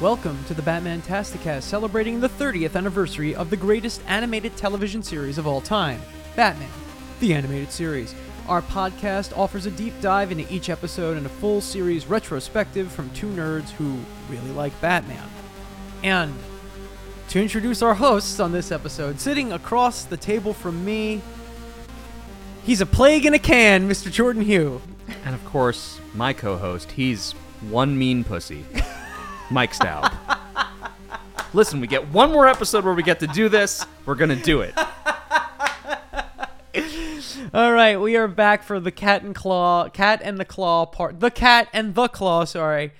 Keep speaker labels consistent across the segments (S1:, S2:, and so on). S1: Welcome to the Batman Tasticast celebrating the 30th anniversary of the greatest animated television series of all time, Batman, the animated series. Our podcast offers a deep dive into each episode and a full series retrospective from two nerds who really like Batman. And to introduce our hosts on this episode, sitting across the table from me, he's a plague in a can, Mr. Jordan Hugh.
S2: And of course, my co-host, he's one mean pussy, Mike Staub. Listen, we get one more episode where we get to do this. We're gonna do it.
S1: All right, we are back for the cat and claw, cat and the claw part, the cat and the claw. Sorry,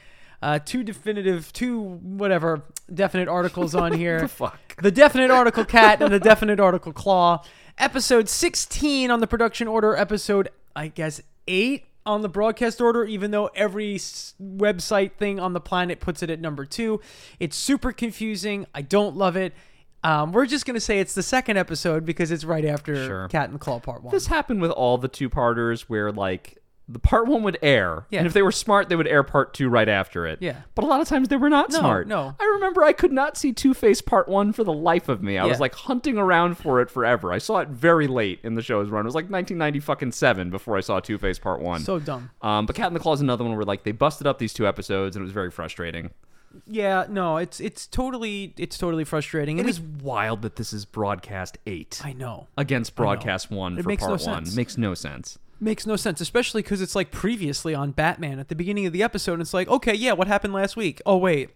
S1: uh, two definitive, two whatever definite articles on here.
S2: The fuck.
S1: The definite article cat and the definite article claw. Episode sixteen on the production order. Episode I guess eight on the broadcast order. Even though every s- website thing on the planet puts it at number two, it's super confusing. I don't love it. Um, we're just gonna say it's the second episode because it's right after
S2: Sure.
S1: Cat and Claw Part One.
S2: This happened with all the two-parters where like the part one would air,
S1: Yeah.
S2: and if they were smart, they would air part two right after it.
S1: Yeah.
S2: But a lot of times they were not smart.
S1: no.
S2: I remember I could not see Two Face part one for the life of me. I was
S1: Yeah.
S2: like hunting around for it forever. I saw it very late in the show's run. It was like 1990 fucking seven before I saw Two Face part one.
S1: so dumb.
S2: Um, but Cat in the Claw is another one where like they busted up these two episodes and it was very frustrating.
S1: Yeah, no, it's it's totally it's totally frustrating.
S2: It
S1: It
S2: is
S1: is
S2: wild that this is broadcast eight
S1: I know.
S2: against broadcast one
S1: It
S2: for
S1: makes no
S2: part one.
S1: sense.
S2: Makes no sense.
S1: Makes no sense, especially cuz it's like previously on Batman at the beginning of the episode it's like, "Okay, yeah, what happened last week? Oh wait,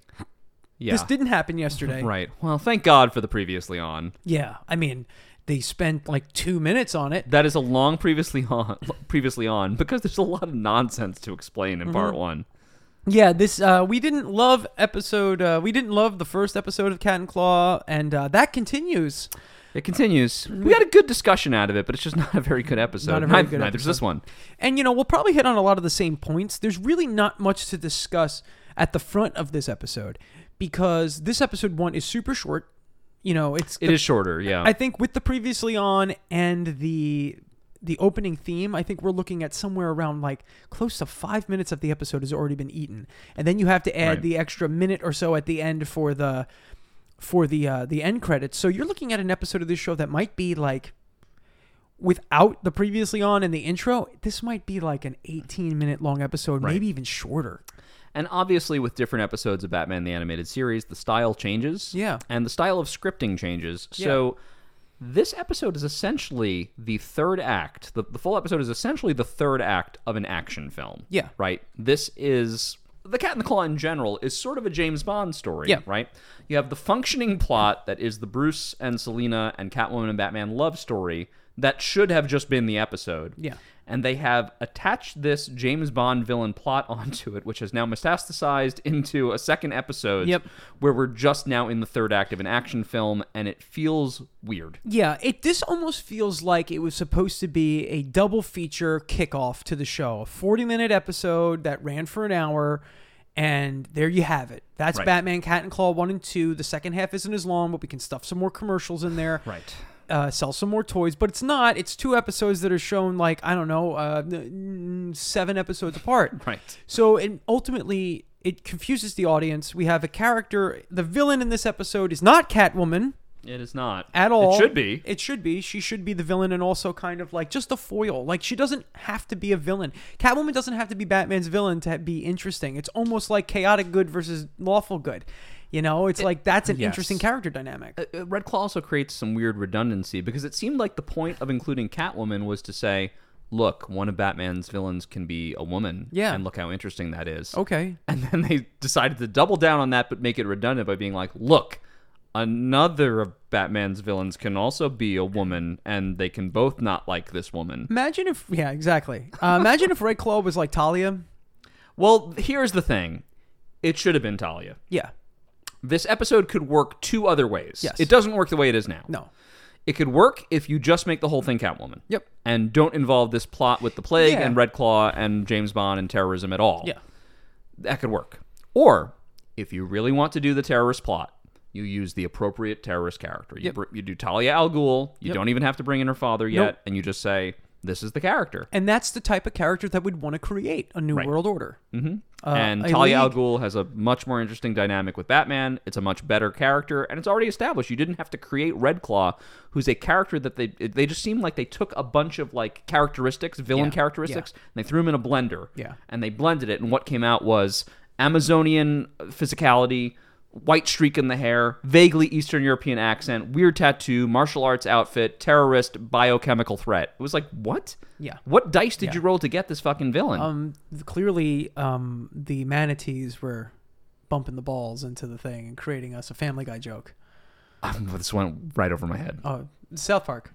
S2: Yeah.
S1: this didn't happen yesterday."
S2: right. Well, thank God for the previously on.
S1: Yeah. I mean, they spent like 2 minutes on it.
S2: That is a long previously on previously on because there's a lot of nonsense to explain in
S1: Mm-hmm.
S2: part one.
S1: Yeah, this uh, we didn't love episode uh, we didn't love the first episode of Cat and Claw and uh, that continues.
S2: It continues. We got a good discussion out of it, but it's just not a very good episode.
S1: Not a very
S2: Neith-
S1: good
S2: Neither's this one.
S1: And you know, we'll probably hit on a lot of the same points. There's really not much to discuss at the front of this episode because this episode one is super short. You know, it's
S2: It is shorter, yeah.
S1: I think with the previously on and the the opening theme, I think we're looking at somewhere around like close to five minutes of the episode has already been eaten, and then you have to add
S2: Right.
S1: the extra minute or so at the end for the for the uh, the end credits. So you're looking at an episode of this show that might be like without the previously on and the intro, this might be like an 18 minute long episode,
S2: Right.
S1: maybe even shorter.
S2: And obviously, with different episodes of Batman the Animated Series, the style changes.
S1: Yeah.
S2: And the style of scripting changes. So this episode is essentially the third act. The, the full episode is essentially the third act of an action film.
S1: Yeah.
S2: Right? This is. The Cat and the Claw in general is sort of a James Bond story,
S1: Yeah.
S2: right? You have the functioning plot that is the Bruce and Selina and Catwoman and Batman love story that should have just been the episode
S1: Yeah.
S2: and they have attached this James Bond villain plot onto it, which has now metastasized into a second episode
S1: Yep.
S2: where we're just now in the third act of an action film, and it feels weird.
S1: Yeah, it this almost feels like it was supposed to be a double feature kickoff to the show. A 40-minute episode that ran for an hour and there you have it. That's
S2: Right.
S1: Batman Cat and Claw 1 and 2. The second half isn't as long, but we can stuff some more commercials in there.
S2: Right.
S1: Uh, sell some more toys, but it's not. It's two episodes that are shown like I don't know, uh, n- n- seven episodes apart.
S2: Right.
S1: So and ultimately, it confuses the audience. We have a character. The villain in this episode is not Catwoman
S2: It is not
S1: at all.
S2: It should be.
S1: It should be. She should be the villain and also kind of like just a foil. Like she doesn't have to be a villain. Catwoman doesn't have to be Batman's villain to be interesting. It's almost like chaotic good versus lawful good. You know, it's like that's an
S2: yes.
S1: interesting character dynamic.
S2: Uh, uh, Red Claw also creates some weird redundancy because it seemed like the point of including Catwoman was to say, "Look, one of Batman's villains can be a woman,
S1: Yeah.
S2: and look how interesting that is."
S1: okay.
S2: And then they decided to double down on that, but make it redundant by being like, look, another of Batman's villains can also be a woman, and they can both not like this woman.
S1: Imagine if yeah, exactly. Uh, imagine if Red Claw was like Talia.
S2: Well, here's the thing it should have been Talia.
S1: Yeah.
S2: This episode could work two other ways.
S1: Yes.
S2: It doesn't work the way it is now.
S1: No.
S2: It could work if you just make the whole thing Catwoman.
S1: Yep.
S2: And don't involve this plot with the plague
S1: Yeah.
S2: and Red Claw and James Bond and terrorism at all.
S1: Yeah.
S2: that could work. Or if you really want to do the terrorist plot, you use the appropriate terrorist character. You, br- you do Talia al Ghul. You don't even have to bring in her father yet,
S1: Nope.
S2: and you just say this is the character.
S1: And that's the type of character that we'd want to create a new
S2: Right.
S1: world order.
S2: Mm-hmm.
S1: Uh,
S2: and
S1: a
S2: Talia al
S1: league-
S2: Ghul has a much more interesting dynamic with Batman. It's a much better character, and it's already established. You didn't have to create Red Claw, who's a character that they they just seemed like they took a bunch of like characteristics, villain
S1: Yeah,
S2: characteristics, and they threw them in a blender.
S1: Yeah.
S2: and they blended it, and what came out was Amazonian physicality. White streak in the hair, vaguely Eastern European accent, weird tattoo, martial arts outfit, terrorist, biochemical threat. It was like, what?
S1: Yeah.
S2: What dice did you roll to get this fucking villain?
S1: Um, th- clearly, um, the manatees were bumping the balls into the thing and creating us a Family Guy joke.
S2: Um, this went right over my head.
S1: Oh, South Park.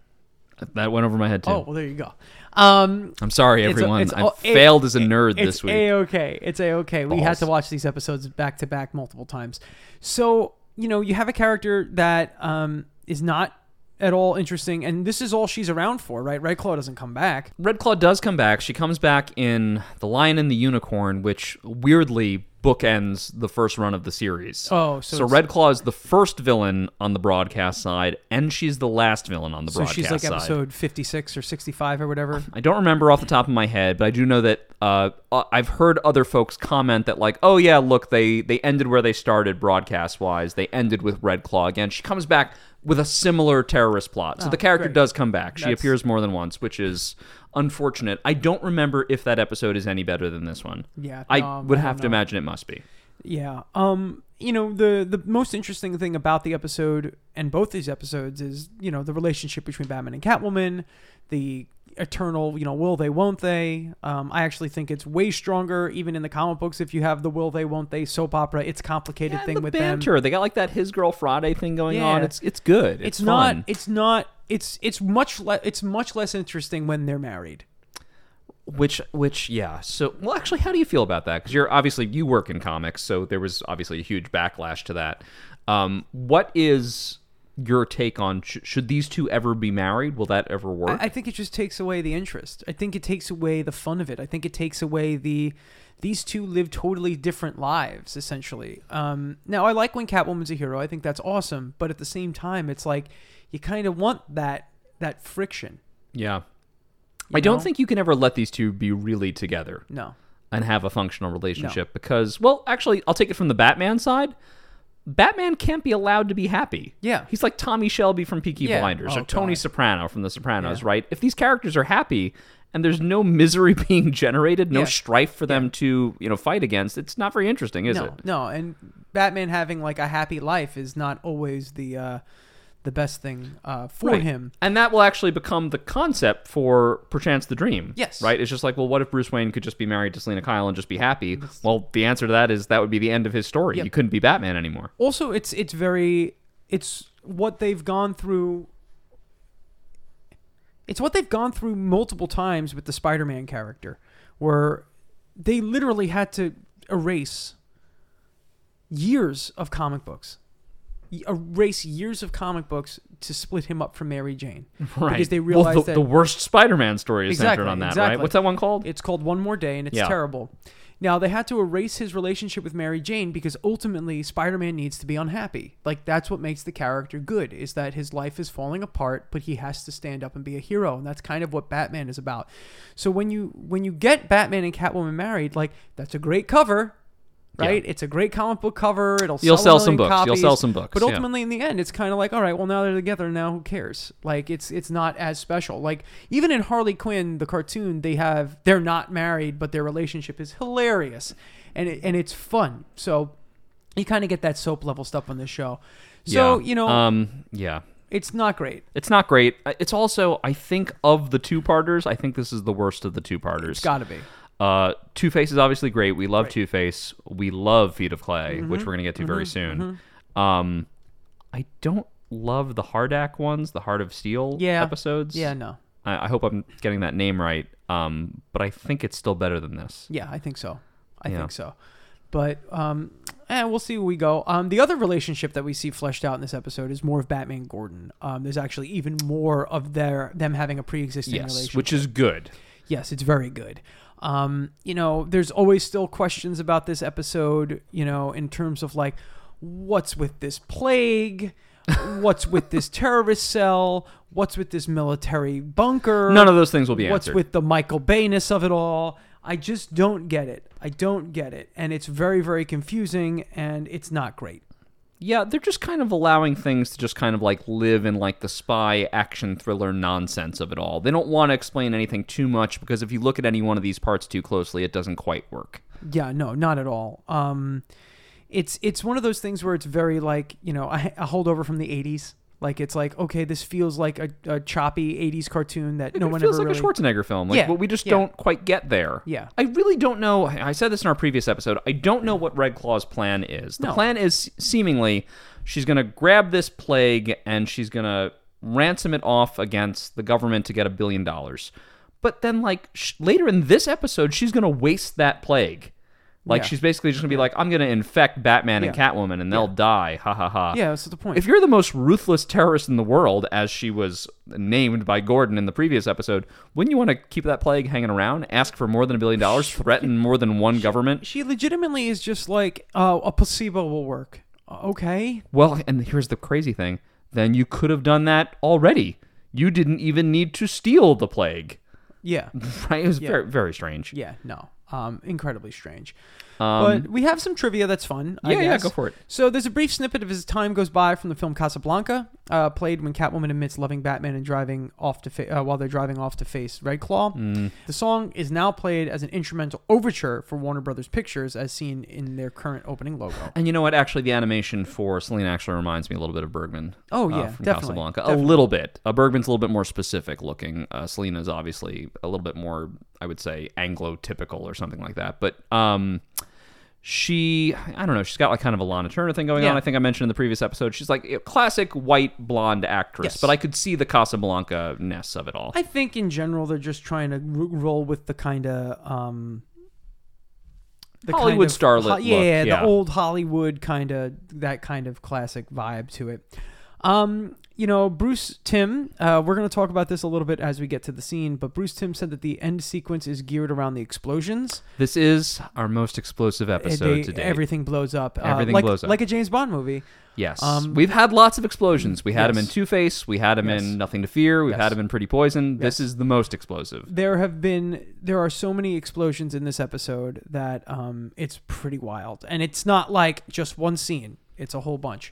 S2: That went over my head too.
S1: Oh, well, there you go. Um,
S2: I'm sorry,
S1: it's a-
S2: everyone.
S1: it's
S2: I
S1: all- it-
S2: failed as a nerd
S1: it's
S2: this week.
S1: A-okay. It's A-okay. We had
S2: Balls.
S1: to watch these episodes back to back multiple times. So, you know, you have a character that um, is not at all interesting, and this is all she's around for, right? Red Claw doesn't come back.
S2: Red Claw does come back. She comes back in The Lion and the Unicorn, which weirdly bookends the first run of the series.
S1: Oh, so
S2: so
S1: it's-
S2: Red Claw is the first villain on the broadcast side, and she's the last villain on the
S1: So
S2: broadcast
S1: she's like
S2: side.
S1: episode 56 or 65 or whatever.
S2: I don't remember off the top of my head, but I do know that uh, uh, I've heard other folks comment that like, oh yeah, look, they they ended where they started broadcast wise. They ended with Red Claw again. She comes back with a similar terrorist plot, so the character
S1: Oh, great.
S2: does come back. She
S1: That's-
S2: appears more than once, which is unfortunate. I don't remember if that episode is any better than this one.
S1: Yeah,
S2: I
S1: no,
S2: would
S1: I
S2: have
S1: don't
S2: to
S1: know.
S2: imagine it must be.
S1: Yeah. Um, you know, the the most interesting thing about the episode and both these episodes is, you know, the relationship between Batman and Catwoman, the eternal, you know, will they, won't they? Um, I actually think it's way stronger even in the comic books if you have the will they, won't they soap opera. It's a complicated
S2: And
S1: thing
S2: the
S1: with them.
S2: banter, they got like that his girl Friday thing going
S1: Yeah.
S2: on. It's it's good.
S1: It's,
S2: It's,
S1: not
S2: fun.
S1: it's not it's it's much le- it's much less interesting when they're married.
S2: Which, which, yeah. So, well, actually, how do you feel about that? Because you're obviously you work in comics, so there was obviously a huge backlash to that. Um, what is your take on sh- should these two ever be married? Will that ever work?
S1: I, I think it just takes away the interest. I think it takes away the fun of it. I think it takes away the these two live totally different lives essentially. Um, now I like when Catwoman's a hero. I think that's awesome. But at the same time, it's like you kind of want that that friction.
S2: yeah,
S1: you
S2: I don't
S1: know?
S2: think you can ever let these two be really together
S1: no.
S2: and have a functional relationship because, well, actually, I'll take it from the Batman side. Batman can't be allowed to be happy.
S1: Yeah.
S2: He's like Tommy Shelby from Peaky
S1: Yeah.
S2: Blinders
S1: Oh,
S2: or Tony
S1: God.
S2: Soprano from The Sopranos,
S1: Yeah.
S2: right? If these characters are happy and there's no misery being generated, no
S1: Yeah.
S2: strife for them to, you know, fight against, it's not very interesting, is
S1: no,
S2: it?
S1: no, and Batman having like a happy life is not always the uh, the best thing uh, for
S2: Right.
S1: him.
S2: And that will actually become the concept for Perchance the Dream.
S1: Yes.
S2: Right? It's just like, well, what if Bruce Wayne could just be married to Selena Kyle and just be happy? Well, the answer to that is that would be the end of his story.
S1: Yep.
S2: He couldn't be Batman anymore.
S1: also it's it's very it's what they've gone through it's what they've gone through multiple times with the spider-man character where they literally had to erase years of comic books Y- erase years of comic books to split him up from mary jane
S2: Right.
S1: because they
S2: Well,
S1: realized
S2: the,
S1: that
S2: the worst Spider Man story is
S1: Exactly,
S2: centered on that, right?
S1: exactly.
S2: What's that one called?
S1: it's called One More Day, and it's
S2: Yeah.
S1: terrible. Now they had to erase his relationship with Mary Jane because ultimately Spider-Man needs to be unhappy. Like that's what makes the character good is that his life is falling apart, but he has to stand up and be a hero, and that's kind of what Batman is about. So when you when you get Batman and Catwoman married, like that's a great cover, right? It's a great comic book cover. It'll
S2: You'll
S1: sell, a
S2: sell some
S1: million
S2: books. You'll
S1: copies.
S2: sell some books,
S1: But
S2: yeah.
S1: ultimately, in the end, it's kind of like, all right, well now they're together. Now who cares? Like it's it's not as special. Like even in Harley Quinn, the cartoon, they have they're not married, but their relationship is hilarious, and it, and it's fun. So you kind of get that soap level stuff on this show. So
S2: Yeah.
S1: you know,
S2: um, yeah,
S1: it's not great.
S2: it's not great. Uh, It's also, I think, of the two parters, I think this is the worst of the two parters.
S1: It's got to be.
S2: Uh, Two Face is obviously great. We love Two Face. We love Feet of Clay,
S1: Mm-hmm.
S2: which we're gonna get to very soon. Um, I don't love the Hardak ones, the Heart of Steel
S1: Yeah.
S2: episodes.
S1: Yeah, no.
S2: I, I hope I'm getting that name right. Um, but I think it's still better than this.
S1: Yeah, I think so. I
S2: Yeah.
S1: think so. But um, eh, we'll see where we go. Um, the other relationship that we see fleshed out in this episode is more of Batman and Gordon. Um, there's actually even more of their them having a pre-existing
S2: Yes,
S1: relationship.
S2: which is good.
S1: yes, it's very good. Um, you know, there's always still questions about this episode. You know, in terms of like, what's with this plague? what's with this terrorist cell? What's with this military bunker?
S2: None of those things will be
S1: What's
S2: answered.
S1: with the Michael Bayness of it all? I just don't get it. I don't get it. And it's very, very confusing and it's not great.
S2: yeah, they're just kind of allowing things to just kind of like live in like the spy action thriller nonsense of it all. They don't want to explain anything too much because if you look at any one of these parts too closely, it doesn't quite work.
S1: Yeah, no, not at all. Um, it's it's one of those things where it's very like you know a, a holdover from the '80s. Like it's like okay, this feels like a, a choppy '80s cartoon that no
S2: it
S1: one
S2: feels
S1: ever really.
S2: like a Schwarzenegger film. Like,
S1: Yeah,
S2: but we just
S1: yeah.
S2: don't quite get there.
S1: Yeah.
S2: I really don't know. I said this in our previous episode. I don't know what Red Claw's plan is. The
S1: No.
S2: plan is seemingly she's going to grab this plague and she's going to ransom it off against the government to get a billion dollars. But then, like sh- later in this episode, she's going to waste that plague. Like
S1: Yeah.
S2: she's basically just going to be like, I'm going to infect Batman and
S1: Yeah.
S2: Catwoman and they'll die. Ha ha ha.
S1: yeah, that's the point.
S2: If you're the most ruthless terrorist in the world, as she was named by Gordon in the previous episode, wouldn't you want to keep that plague hanging around, ask for more than a billion dollars, threaten more than one government?
S1: she legitimately is just like uh, a placebo will work. Okay,
S2: Well, and here's the crazy thing then you could have done that already. You didn't even need to steal the plague.
S1: yeah,
S2: Right? It was very, very strange.
S1: yeah, no, um, incredibly strange. but we have some trivia that's fun. I
S2: Um, yeah, yeah,
S1: guess.
S2: go for it.
S1: So there's a brief snippet of his time goes by from the film Casablanca, uh, played when Catwoman admits loving Batman and driving off to fa- uh, while they're driving off to face Red Claw.
S2: Mm.
S1: The song is now played as an instrumental overture for Warner Brothers Pictures, as seen in their current opening logo.
S2: And you know what? Actually, the animation for Celine actually reminds me a little bit of Bergman.
S1: Oh,
S2: uh,
S1: yeah,
S2: from
S1: definitely,
S2: Casablanca,
S1: definitely.
S2: a little bit. Uh, Bergman's a little bit more specific looking. Uh, Celine is obviously a little bit more, I would say, Anglo typical or something like that. But um, she, I don't know, she's got like kind of a Lana Turner thing going
S1: Yeah.
S2: on. I think I mentioned in the previous episode. She's like a classic white blonde actress,
S1: Yes.
S2: but I could see the Casablanca ness of it all.
S1: I think in general they're just trying to r- roll with the kind of um, the
S2: Hollywood starlet
S1: yeah,
S2: look,
S1: yeah,
S2: yeah.
S1: the old Hollywood kind of that kind of classic vibe to it. Um, you know, Bruce Tim, uh, we're going to talk about this a little bit as we get to the scene, but Bruce Tim said that the end sequence is geared around the explosions.
S2: This is our most explosive episode
S1: Eh, They-
S2: today.
S1: Everything blows up. uh,
S2: Everything
S1: like,
S2: blows up.
S1: Like a James Bond movie.
S2: Yes.
S1: Um,
S2: we've had lots of explosions. We had them in
S1: yes.
S2: Two Face. We had them
S1: Yes.
S2: in Nothing to Fear. We've
S1: Yes.
S2: had them in Pretty Poison. This is the most explosive.
S1: there have been there are so many explosions in this episode that um, it's pretty wild and it's not like just one scene it's a whole bunch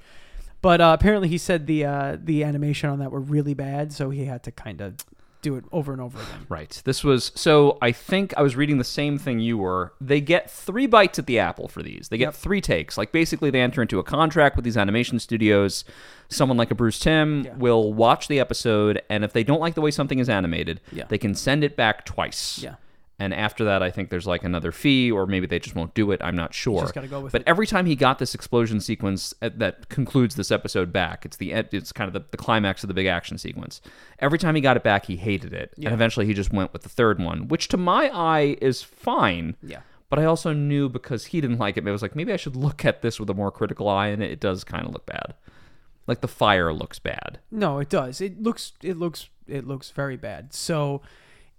S1: but uh, apparently he said the uh, the animation on that were really bad so he had to kind of do it over and over again
S2: Right. This was so. I think I was reading the same thing you were. They get three bites at the apple for these. They get
S1: Yep.
S2: three takes. Like basically, they enter into a contract with these animation studios. Someone like a Bruce Tim
S1: Yeah.
S2: will watch the episode, and if they don't like the way something is animated,
S1: Yeah.
S2: they can send it back twice.
S1: yeah
S2: And after that, I think there's like another fee, or maybe they just won't do it. I'm not sure.
S1: just gotta go with
S2: but
S1: it.
S2: every time he got this explosion sequence at, that concludes this episode back, it's the end, it's kind of the, the climax of the big action sequence. Every time he got it back, he hated it,
S1: Yeah.
S2: and eventually he just went with the third one, which to my eye is fine.
S1: yeah
S2: But I also knew because he didn't like it, it was like maybe I should look at this with a more critical eye, and it does kind of look bad. Like the fire looks bad.
S1: No, it does. It looks it looks it looks very bad. So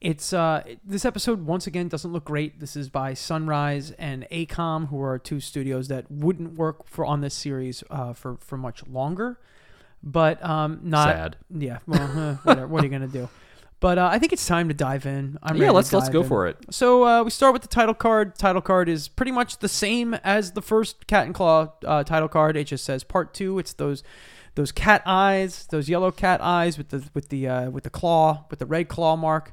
S1: it's uh it- this episode once again doesn't look great. This is by Sunrise and Acom, who are two studios that wouldn't work for on this series uh, for for much longer. But um not
S2: Sad.
S1: yeah, well, huh, whatever. what are you gonna do? But uh, I think it's time to dive in. I'm
S2: yeah, let's let's go for it.
S1: So uh, we start with the title card. Title card is pretty much the same as the first Cat and Claw uh, title card. It just says Part Two. It's those those cat eyes, those yellow cat eyes with the with the uh, with the claw with the red claw mark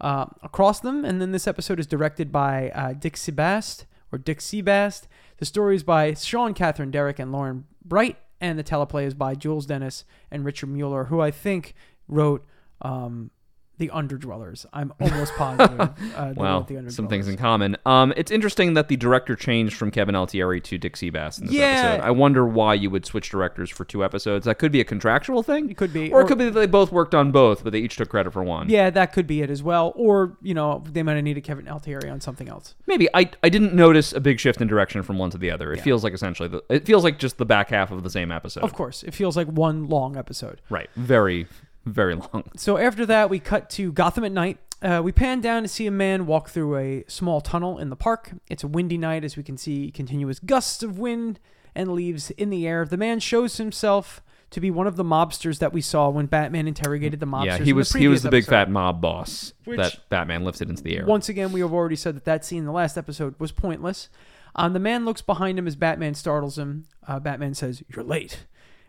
S1: uh, across them. And then this episode is directed by uh, Dick Sebast or Dick Sebast. The story is by Sean Catherine Derrick and Lauren Bright, and the teleplay is by Jules Dennis and Richard Mueller, who I think wrote. Um, the Underdwellers. I'm almost positive. Uh, they
S2: Wow,
S1: wrote the
S2: some things
S1: Underdwellers.
S2: in common. Um, it's interesting that the director changed from Kevin Altieri to Dick Seabass in this
S1: Yeah.
S2: episode. I wonder why you would switch directors for two episodes. That could be a contractual thing.
S1: It could be,
S2: or,
S1: or-
S2: it could be that they both worked on both, but they each took credit for one.
S1: Yeah, that could be it as well. Or you know, they might have needed Kevin Altieri on something else.
S2: Maybe I I didn't notice a big shift in direction from one to the other. It feels like essentially the, it feels like just the back half of the same episode.
S1: Of course, it feels like one long episode.
S2: Right, very very long.
S1: So after that, we cut to Gotham at night. Uh, we pan down to see a man walk through a small tunnel in the park. It's a windy night, as we can see continuous gusts of wind and leaves in the air. The man shows himself to be one of the mobsters that we saw when Batman interrogated the mobsters.
S2: yeah,
S1: in
S2: he was
S1: the
S2: he
S1: previous
S2: was the big
S1: episode.
S2: fat mob boss
S1: Which-
S2: that Batman lifted into the air.
S1: Once again, we have already said that that scene in the last episode was pointless. Um, the man looks behind him as Batman startles him. Uh, Batman says, "You're late,"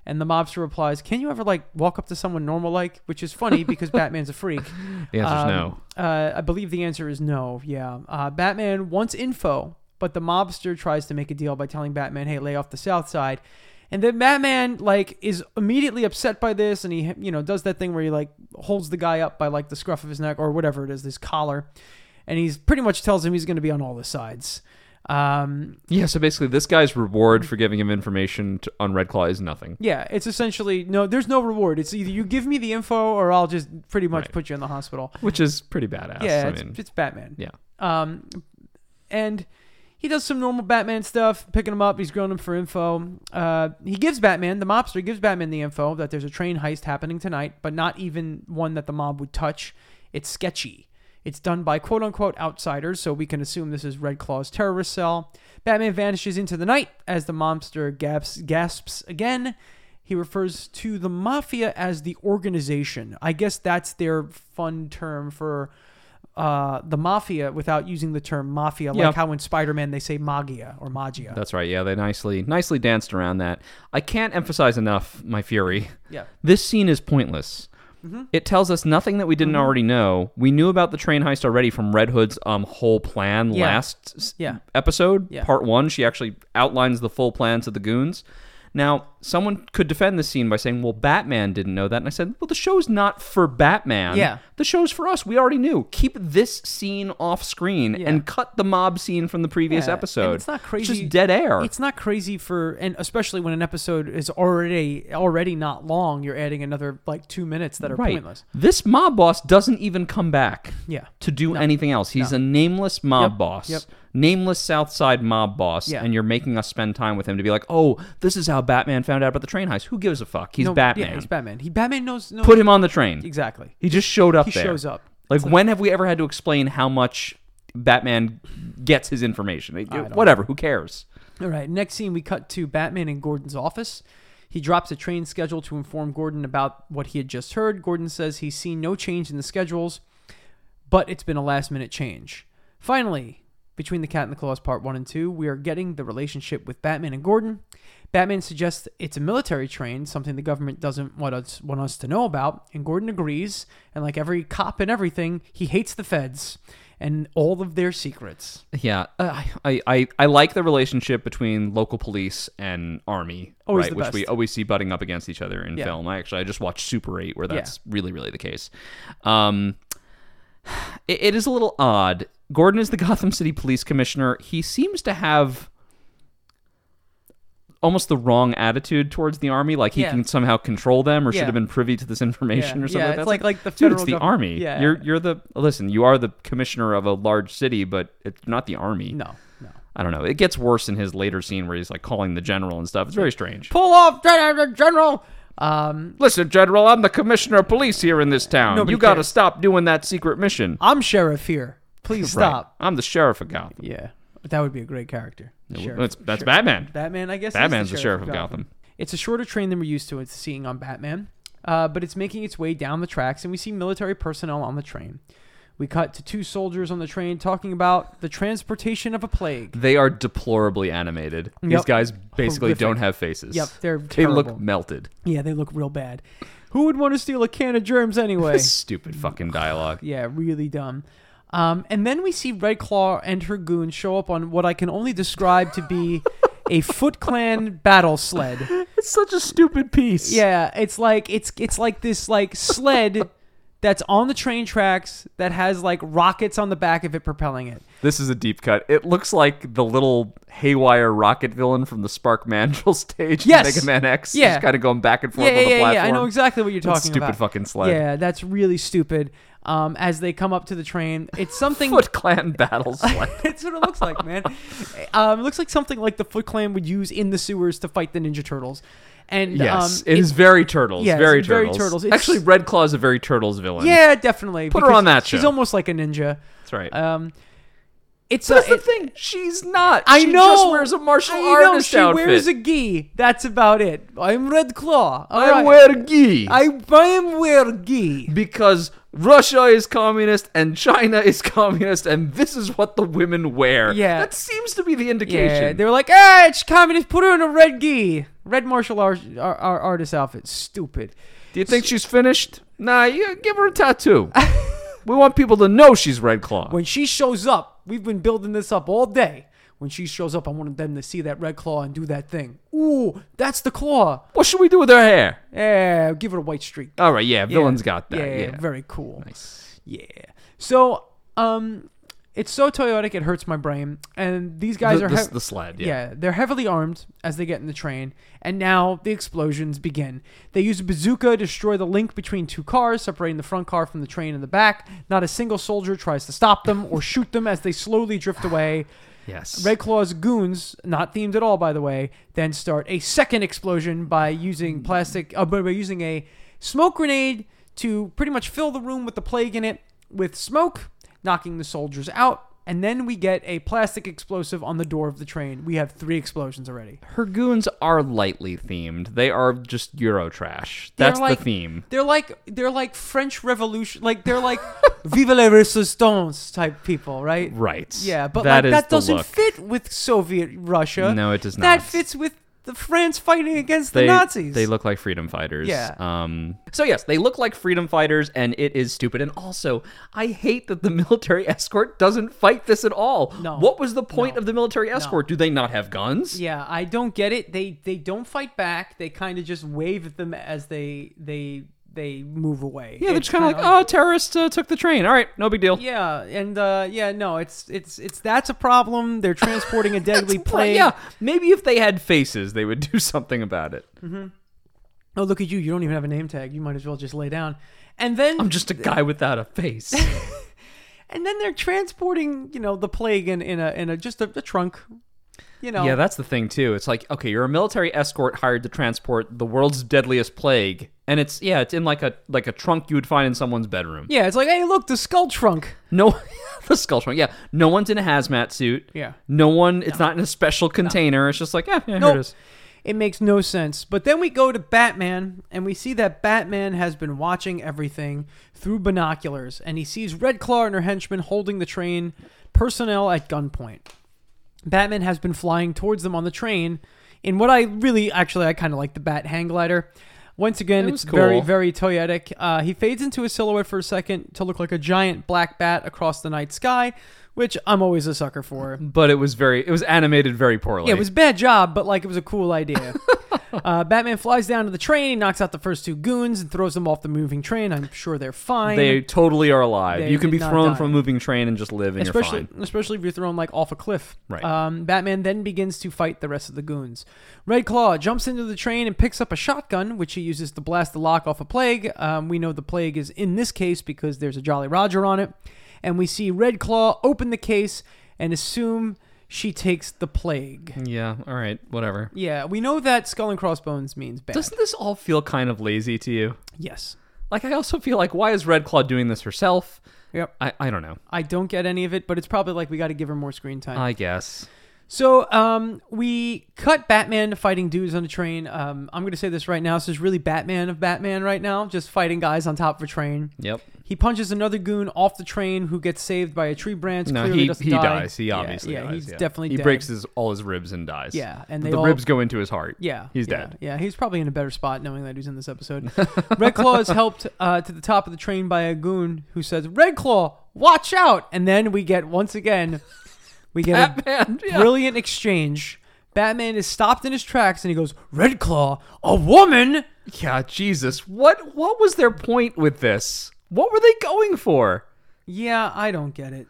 S1: and the mobster replies, "Can you ever like walk up to someone normal like?" Which is funny because Batman's a freak.
S2: the answer's
S1: Um,
S2: no.
S1: Uh, I believe the answer is no. Yeah. Uh, Batman wants info, but the mobster tries to make a deal by telling Batman, "Hey, lay off the South Side." And then Batman like is immediately upset by this, and he you know does that thing where he like holds the guy up by like the scruff of his neck or whatever it is, this collar, and he's pretty much tells him he's going to be on all the sides. Um,
S2: Yeah, so basically, this guy's reward for giving him information to, on Red Claw is nothing.
S1: yeah, it's essentially no. There's no reward. It's either you give me the info or I'll just pretty much
S2: Right.
S1: put you in the hospital.
S2: which is pretty badass.
S1: Yeah,
S2: I
S1: it's,
S2: mean,
S1: it's Batman.
S2: yeah.
S1: Um, and he does some normal Batman stuff, picking him up. He's grilling him for info. Uh, he gives Batman, the mobster gives Batman the info that there's a train heist happening tonight, but not even one that the mob would touch. It's sketchy. It's done by quote unquote outsiders, so we can assume this is Red Claw's terrorist cell. Batman vanishes into the night as the mobster gasps, gasps again. He refers to the mafia as the organization. I guess that's their fun term for uh, the mafia without using the term mafia, like
S2: Yeah.
S1: how in Spider-Man they say magia or magia.
S2: that's right. Yeah, they nicely nicely danced around that. I can't emphasize enough my fury.
S1: yeah,
S2: This scene is pointless.
S1: Mm-hmm.
S2: It tells us nothing that we didn't already know. We knew about the train heist already from Red Hood's um whole plan
S1: Yeah.
S2: last s-
S1: Yeah.
S2: episode,
S1: Yeah.
S2: part 1. She actually outlines the full plan to the goons. Now, someone could defend this scene by saying, "Well, Batman didn't know that." And I said, "Well, the show's not for Batman.
S1: Yeah.
S2: The show's for us. We already knew. Keep this scene off screen
S1: Yeah.
S2: and cut the mob scene from the previous
S1: Yeah, and
S2: episode.
S1: it's not crazy-
S2: just dead air.
S1: it's not crazy for, and especially when an episode is already already not long, you're adding another like two minutes that are
S2: right.
S1: pointless.
S2: This mob boss doesn't even come back.
S1: Yeah,
S2: to do anything else. He's a nameless mob boss,
S1: yep.
S2: nameless Southside mob boss,
S1: Yeah.
S2: and you're making us spend time with him to be like, oh, this is how Batman found out about the train heist. Who gives a fuck? He's
S1: No,
S2: Batman.
S1: Yeah, he's Batman. He Batman knows. knows
S2: Put him on the train.
S1: exactly.
S2: He just showed up
S1: He
S2: there.
S1: shows up.
S2: Like, when have we ever had to explain how much Batman gets his information? It- Whatever. Who cares?
S1: All right. Next scene, we cut to Batman in Gordon's office. He drops a train schedule to inform Gordon about what he had just heard. Gordon says he's seen no change in the schedules, but it's been a last minute change. Finally, between the Cat and the Claws Part 1 and 2, we are getting the relationship with Batman and Gordon. Batman suggests it's a military train, something the government doesn't want us, want us to know about, and Gordon agrees. And like every cop and everything, he hates the feds and all of their secrets.
S2: Yeah, uh, I, I I like the relationship between local police and army,
S1: Always
S2: right?
S1: the
S2: which we
S1: best.
S2: always see butting up against each other in
S1: Yeah.
S2: film. I actually I just watched Super Eight, where that's really really the case. Um, it, it is a little odd. Gordon is the Gotham City Police Commissioner. He seems to have almost the wrong attitude towards the army. Like he
S1: Yeah.
S2: can somehow control them, or
S1: Yeah.
S2: should have been privy to this information,
S1: Yeah.
S2: or something.
S1: Yeah,
S2: like
S1: it's
S2: that.
S1: like- like the
S2: dude,
S1: federal
S2: it's the
S1: government-
S2: army.
S1: Yeah.
S2: you're you're the listen. You are the commissioner of a large city, but it's not the army.
S1: No, no.
S2: I don't know. It gets worse in his later scene where he's like calling the general and stuff. It's very strange.
S1: Pull off, General! Um,
S2: Listen, General, I'm the commissioner of police here in this town.
S1: Nobody
S2: you got to
S1: cares.
S2: stop doing that secret mission.
S1: I'm sheriff here. Please stop.
S2: Right. I'm the sheriff of Gotham.
S1: Yeah, but that would be a great character. Sheriff.
S2: That's, that's Batman.
S1: Batman, I guess. is
S2: Batman's the sheriff of Gotham.
S1: It's a shorter train than we're used to. It's seeing on Batman, uh, but it's making its way down the tracks, and we see military personnel on the train. We cut to two soldiers on the train talking about the transportation of a plague.
S2: They are deplorably animated. These
S1: Yep.
S2: guys basically
S1: Horrific.
S2: don't have faces.
S1: Yep, they're
S2: They look
S1: terrible.
S2: melted.
S1: Yeah, they look real bad. Who would want to steal a can of germs anyway?
S2: Stupid fucking dialogue.
S1: Yeah, really dumb. Um, and then we see Red Claw and her goon show up on what I can only describe to be a Foot Clan battle sled.
S2: It's such a stupid piece.
S1: Yeah, it's like it's it's like this like sled that's on the train tracks that has like rockets on the back of it propelling it.
S2: This is a deep cut. It looks like the little haywire rocket villain from the Spark Mandrel stage in
S1: Yes.
S2: Mega Man X.
S1: Yeah.
S2: Just kind of going back and forth
S1: Yeah,
S2: on the
S1: yeah, yeah, yeah.
S2: platform.
S1: I know exactly what you're
S2: That
S1: talking
S2: stupid
S1: about.
S2: fucking sled.
S1: Yeah, that's really stupid. Um, as they come up to the train, it's something.
S2: Foot Clan battle sled.
S1: That's what it looks like, man. Um, it looks like something like the Foot Clan would use in the sewers to fight the Ninja Turtles. And
S2: yes,
S1: um,
S2: it is very Turtles.
S1: yeah, it's
S2: very,
S1: very
S2: turtles.
S1: Turtles. It's-
S2: Actually, Red Claw is a very Turtles villain.
S1: Yeah, definitely.
S2: Put her
S1: because
S2: on that
S1: She's
S2: show.
S1: almost like a ninja.
S2: That's right.
S1: Um, It's
S2: That's
S1: a,
S2: the
S1: Uh, it-
S2: thing. She's not.
S1: I
S2: she
S1: know.
S2: just wears a martial
S1: I know,
S2: artist
S1: she
S2: outfit.
S1: wears a gi. That's about it. I'm Red Claw. All
S2: I
S1: right.
S2: wear gi.
S1: I, I am wear gi.
S2: because Russia is communist and China is communist, and this is what the women wear.
S1: Yeah.
S2: that seems to be the
S1: Yeah,
S2: indication.
S1: they were like, ah, it's communist. Put her in a red gi, red martial art, ar- ar- artist outfit. Stupid.
S2: Do you think she's finished? Nah, you give her a tattoo. we want people to know she's Red Claw.
S1: When she shows up, we've been building this up all day. When she shows up, I wanted them to see that red claw and do that thing. Ooh, that's the claw.
S2: What should we do with her hair?
S1: Yeah, give it a white streak.
S2: All right, yeah, villain's got that. Yeah,
S1: very cool.
S2: nice.
S1: Yeah. So, um, it's so toyotic it hurts my brain. And these guys
S2: The,
S1: are
S2: the-
S1: hev-
S2: the sled. Yeah.
S1: yeah. they're heavily armed as they get in the train, and now the explosions begin. They use a bazooka to destroy the link between two cars, separating the front car from the train in the back. Not a single soldier tries to stop them or shoot them as they slowly drift away.
S2: Yes.
S1: Red Claw's goons, not themed at all, by the way, then start a second explosion by using plastic, uh, by by using a smoke grenade to pretty much fill the room with the plague in it with smoke, knocking the soldiers out. And then we get a plastic explosive on the door of the train. We have three explosions already.
S2: her goons are lightly themed. They are just Euro trash.
S1: They're
S2: That's
S1: like-
S2: the theme.
S1: They're like they're like French Revolution, like they're like Vive la Resistance type people, right?
S2: Right.
S1: Yeah, but like
S2: that is
S1: that
S2: the
S1: doesn't
S2: look.
S1: fit with Soviet Russia.
S2: No, it does
S1: That
S2: not.
S1: fits with the France fighting against
S2: they,
S1: the Nazis.
S2: They look like freedom fighters.
S1: Yeah.
S2: Um, so yes, they look like freedom fighters, and it is stupid. And also, I hate that the military escort doesn't fight this at all.
S1: No.
S2: What was the point
S1: No.
S2: of the military escort? Do they not have guns?
S1: yeah, I don't get it. They they don't fight back. They kind of just wave at them as they they they move away.
S2: Yeah, they're
S1: It's
S2: just kind of like,
S1: kinda
S2: oh, terrorists uh, took the train. All right, no big deal.
S1: Yeah, and uh, yeah, no, it's it's it's that's a problem. They're transporting a deadly plague.
S2: Yeah, maybe if they had faces, they would do something about it.
S1: Oh, look at you! You don't even have a name tag. You might as well just lay down. And then
S2: I'm just a guy without a face.
S1: and then they're transporting, you know, the plague in in a in a just a, a trunk. You know.
S2: yeah, that's the thing too. It's like, okay, you're a military escort hired to transport the world's deadliest plague, and it's yeah, it's in like a like a trunk you would find in someone's bedroom.
S1: yeah, it's like, hey, look, the skull trunk.
S2: No, the skull trunk. Yeah, no one's in a hazmat suit.
S1: Yeah.
S2: no one. It's not in a special container. It's just like yeah, yeah here
S1: Nope.
S2: it is.
S1: It makes no sense. But then we go to Batman, and we see that Batman has been watching everything through binoculars, and he sees Red Claw and her henchmen holding the train personnel at gunpoint. Batman has been flying towards them on the train in what I really, actually, I kind of like the Bat hang glider. Once again,
S2: It was
S1: it's very,
S2: cool.
S1: very toyetic. Uh, he fades into a silhouette for a second to look like a giant black bat across the night sky, which I'm always a sucker for.
S2: But it was very. It was animated very poorly.
S1: Yeah, it was a bad job, but like it was a cool idea. uh, Batman flies down to the train, he knocks out the first two goons, and throws them off the moving train. I'm sure they're fine.
S2: They totally are alive.
S1: They
S2: you can
S1: did
S2: be
S1: not
S2: thrown
S1: die.
S2: from a moving train and just live, and
S1: especially
S2: you're fine.
S1: especially if you're thrown like off a cliff.
S2: Right.
S1: Um, Batman then begins to fight the rest of the goons. Red Claw jumps into the train and picks up a shotgun, which he uses to blast the lock off a plague. Um, we know the plague is in this case because there's a Jolly Roger on it, and we see Red Claw open the case and assume she takes the plague.
S2: Yeah. All right. Whatever.
S1: Yeah, we know that skull and crossbones means bad.
S2: Doesn't this all feel kind of lazy to you?
S1: Yes.
S2: Like I also feel like why is Red Claw doing this herself?
S1: Yep.
S2: I I don't know.
S1: I don't get any of it, but it's probably like we got to give her more screen time.
S2: I guess.
S1: so, um, we cut Batman to fighting dudes on a train. Um, I'm gonna say this right now. This is really Batman of Batman right now, just fighting guys on top of a train.
S2: Yep.
S1: He punches another goon off the train who gets saved by a tree branch.
S2: No,
S1: Clearly
S2: he,
S1: doesn't
S2: he
S1: die.
S2: dies. He
S1: Yeah,
S2: obviously
S1: yeah,
S2: dies.
S1: he's definitely
S2: he
S1: dead.
S2: breaks his all his ribs and dies.
S1: Yeah, and they
S2: the
S1: all-
S2: ribs go into his heart.
S1: Yeah,
S2: He's
S1: yeah,
S2: dead.
S1: Yeah, he's probably in a better spot knowing that he's in this episode. Red Claw is helped uh, to the top of the train by a goon who says, "Red Claw, watch out!" And then we get once again, we get a
S2: Batman, yeah.
S1: brilliant exchange. Batman is stopped in his tracks and he goes, "Red Claw, a woman."
S2: Yeah, Jesus. What what was their point with this? What were they going for?
S1: Yeah, I don't get it.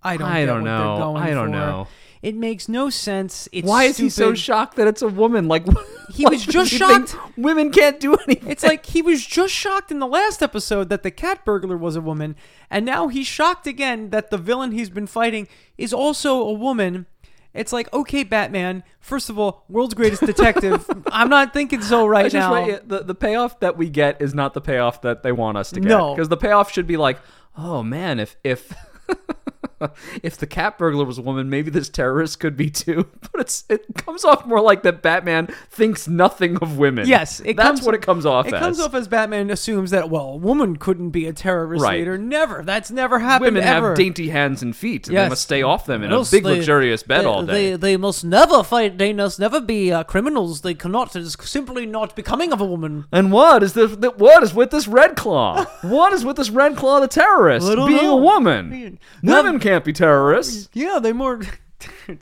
S1: I don't.
S2: I
S1: get
S2: don't
S1: what
S2: know.
S1: They're going
S2: I don't
S1: for.
S2: know.
S1: It makes no sense. It's
S2: Why is he so
S1: stupid.
S2: shocked that it's a woman? Like
S1: He
S2: like,
S1: was just
S2: he thinks
S1: shocked.
S2: Women can't do anything.
S1: It's like he was just shocked in the last episode that the cat burglar was a woman, and now he's shocked again that the villain he's been fighting is also a woman. It's like, okay, Batman. First of all, world's greatest detective. I'm not thinking so right
S2: I just
S1: now.
S2: write- the the payoff that we get is not the payoff that they want us to get.
S1: No.
S2: because the payoff should be like, oh man, if if if the cat burglar was a woman, maybe this terrorist could be too. But it's it comes off more like that Batman thinks nothing of women.
S1: Yes, it
S2: that's
S1: comes-
S2: what it comes off.
S1: It
S2: as.
S1: comes off as Batman assumes that well, a woman couldn't be a terrorist
S2: Right.
S1: leader. Never. That's never happened.
S2: Women
S1: ever.
S2: have dainty hands and feet. And They
S1: Yes.
S2: must stay off them in
S3: Else
S2: a big,
S3: they-
S2: luxurious bed
S3: they,
S2: all day.
S3: They, they must never fight. They must never be uh, criminals. They cannot. It is simply not becoming of a woman.
S2: and what is this? th- What is with this red claw? what is with this red claw? The terrorist
S3: I don't
S2: being
S3: know.
S2: a woman.
S1: Man.
S2: Women can't be terrorists.
S1: Yeah, they more.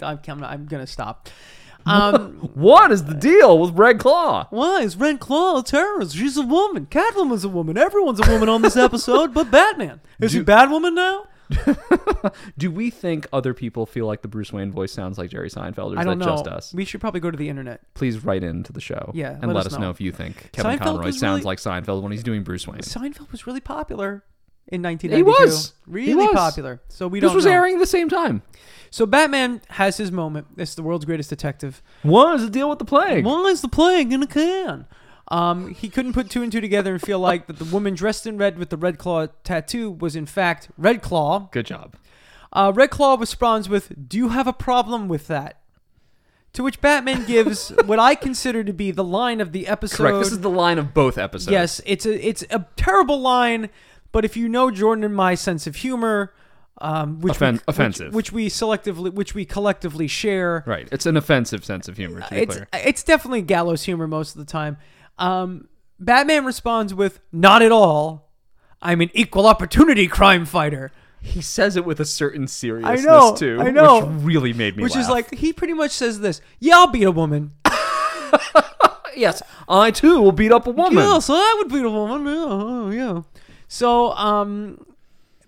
S1: I'm, I'm, I'm gonna stop. Um,
S2: What is the deal with red claw?
S3: Why is Red Claw a terrorist? She's a woman. Catwoman's a woman. Everyone's a woman on this episode, but Batman. Is he Batwoman now?
S2: Do we think other people feel like the Bruce Wayne voice sounds like Jerry Seinfeld, or is
S1: I don't
S2: that
S1: know.
S2: just us?
S1: We should probably go to the internet.
S2: Please write into the show,
S1: Yeah,
S2: and let, us know. if you think
S1: Seinfeld
S2: Kevin Conroy
S1: was
S2: sounds
S1: really-
S2: like Seinfeld when he's doing Bruce Wayne.
S1: Seinfeld was really popular in 1992.
S2: He was. He
S1: really
S2: was.
S1: popular. So we
S2: This
S1: don't.
S2: was
S1: know.
S2: airing at the same time.
S1: So Batman has his moment. It's the world's greatest detective.
S2: What is the deal with the plague?
S3: Why is the plague in a can?
S1: Um, he couldn't put two and two together and feel like that the woman dressed in red with the red claw tattoo was in fact Red Claw.
S2: Good job.
S1: Uh, red Claw responds with, "Do you have a problem with that?" To which Batman gives what I consider to be the line of the episode.
S2: Correct. This is the line of both episodes.
S1: Yes, it's a it's a terrible line, but if you know Jordan and my sense of humor, um, which we,
S2: Offen-
S1: which-
S2: offensive.
S1: which, we selectively, which we collectively share,
S2: Right. It's an offensive sense of humor, to be
S1: it's
S2: clear.
S1: it's definitely gallows humor most of the time. Um, Batman responds with, "Not at all. I'm an equal opportunity crime fighter,"
S2: He says it with a certain seriousness,
S1: I know,
S2: too.
S1: I know.
S2: Which really made me
S1: which is
S2: laugh.
S1: like he pretty much says this: "Yeah, I'll beat a woman.
S2: yes, I too will beat up a woman.
S1: Yeah, so I would beat a woman. Yeah, oh, yeah." So, um,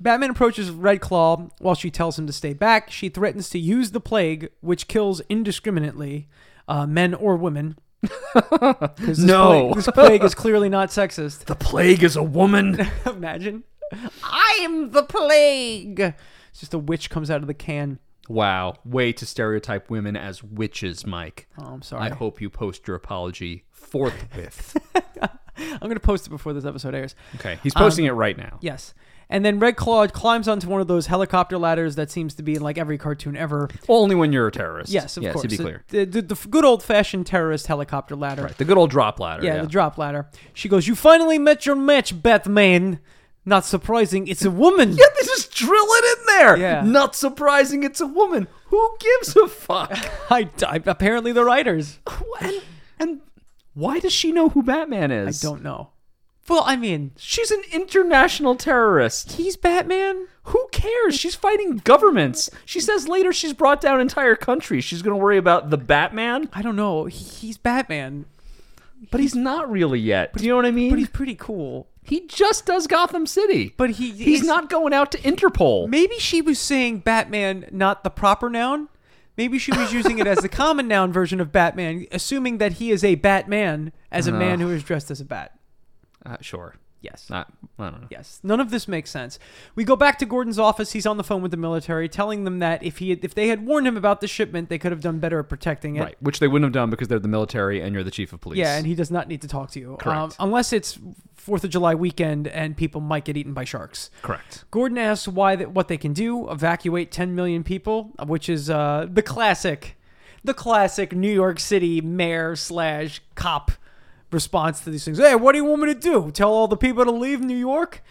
S1: Batman approaches Red Claw while she tells him to stay back. She threatens to use the plague, which kills indiscriminately uh, men or women. 'Cause this
S2: No.
S1: plague- this plague is clearly not sexist.
S2: The plague is a woman.
S1: Imagine. I'm the plague. It's just a witch comes out of the can.
S2: wow. Way to stereotype women as witches, Mike.
S1: Oh, I'm
S2: I
S1: sorry.
S2: hope you post your apology forthwith.
S1: I'm going to post it before this episode airs.
S2: okay. Um, He's posting it right now.
S1: Yes. And then Red Claw climbs onto one of those helicopter ladders that seems to be in like every cartoon ever.
S2: Only when you're a terrorist.
S1: Yes, of course.
S2: to be clear.
S1: The, the, the good old fashioned terrorist helicopter ladder.
S2: Right. The good old drop ladder.
S1: Yeah,
S2: Yeah.
S1: the drop ladder. She goes, You finally met your match, Batman. Not surprising, it's a woman.
S2: they just drill it in there.
S1: Yeah.
S2: Not surprising it's a woman. Who gives a fuck?
S1: I, I, apparently, the writers.
S2: and, and why does she know who Batman
S1: I
S2: is?
S1: don't know. Well, I mean,
S2: She's an international terrorist.
S1: he's Batman.
S2: Who cares? She's fighting governments. She says later she's brought down entire countries. She's going to worry about the Batman,
S1: I don't know. He, he's Batman.
S2: but he's not really yet. Do you know what I
S1: But he's
S2: mean?
S1: pretty cool.
S2: He just does Gotham City.
S1: But he
S2: he's
S1: is-
S2: not going out to Interpol.
S1: Maybe she was saying Batman, not the proper noun. Maybe she was using it as the common noun version of Batman, assuming that he is a Batman as a man who is dressed as a bat.
S2: Uh, sure.
S1: Yes.
S2: Not, Uh. I don't know.
S1: Yes. None of this makes sense. We go back to Gordon's office. He's on the phone with the military, telling them that if he had, if they had warned him about the shipment, they could have done better at protecting it.
S2: Right, which they wouldn't have done because they're the military and you're the chief of police.
S1: Yeah, and he does not need to talk to you, um,
S2: Correct.
S1: unless it's Fourth of July weekend and people might get eaten by sharks.
S2: correct.
S1: Gordon asks why that what they can do evacuate 10 million people, which is uh, the classic, the classic New York City mayor slash cop response to these things. Hey, what do you want me to do? Tell all the people to leave New York?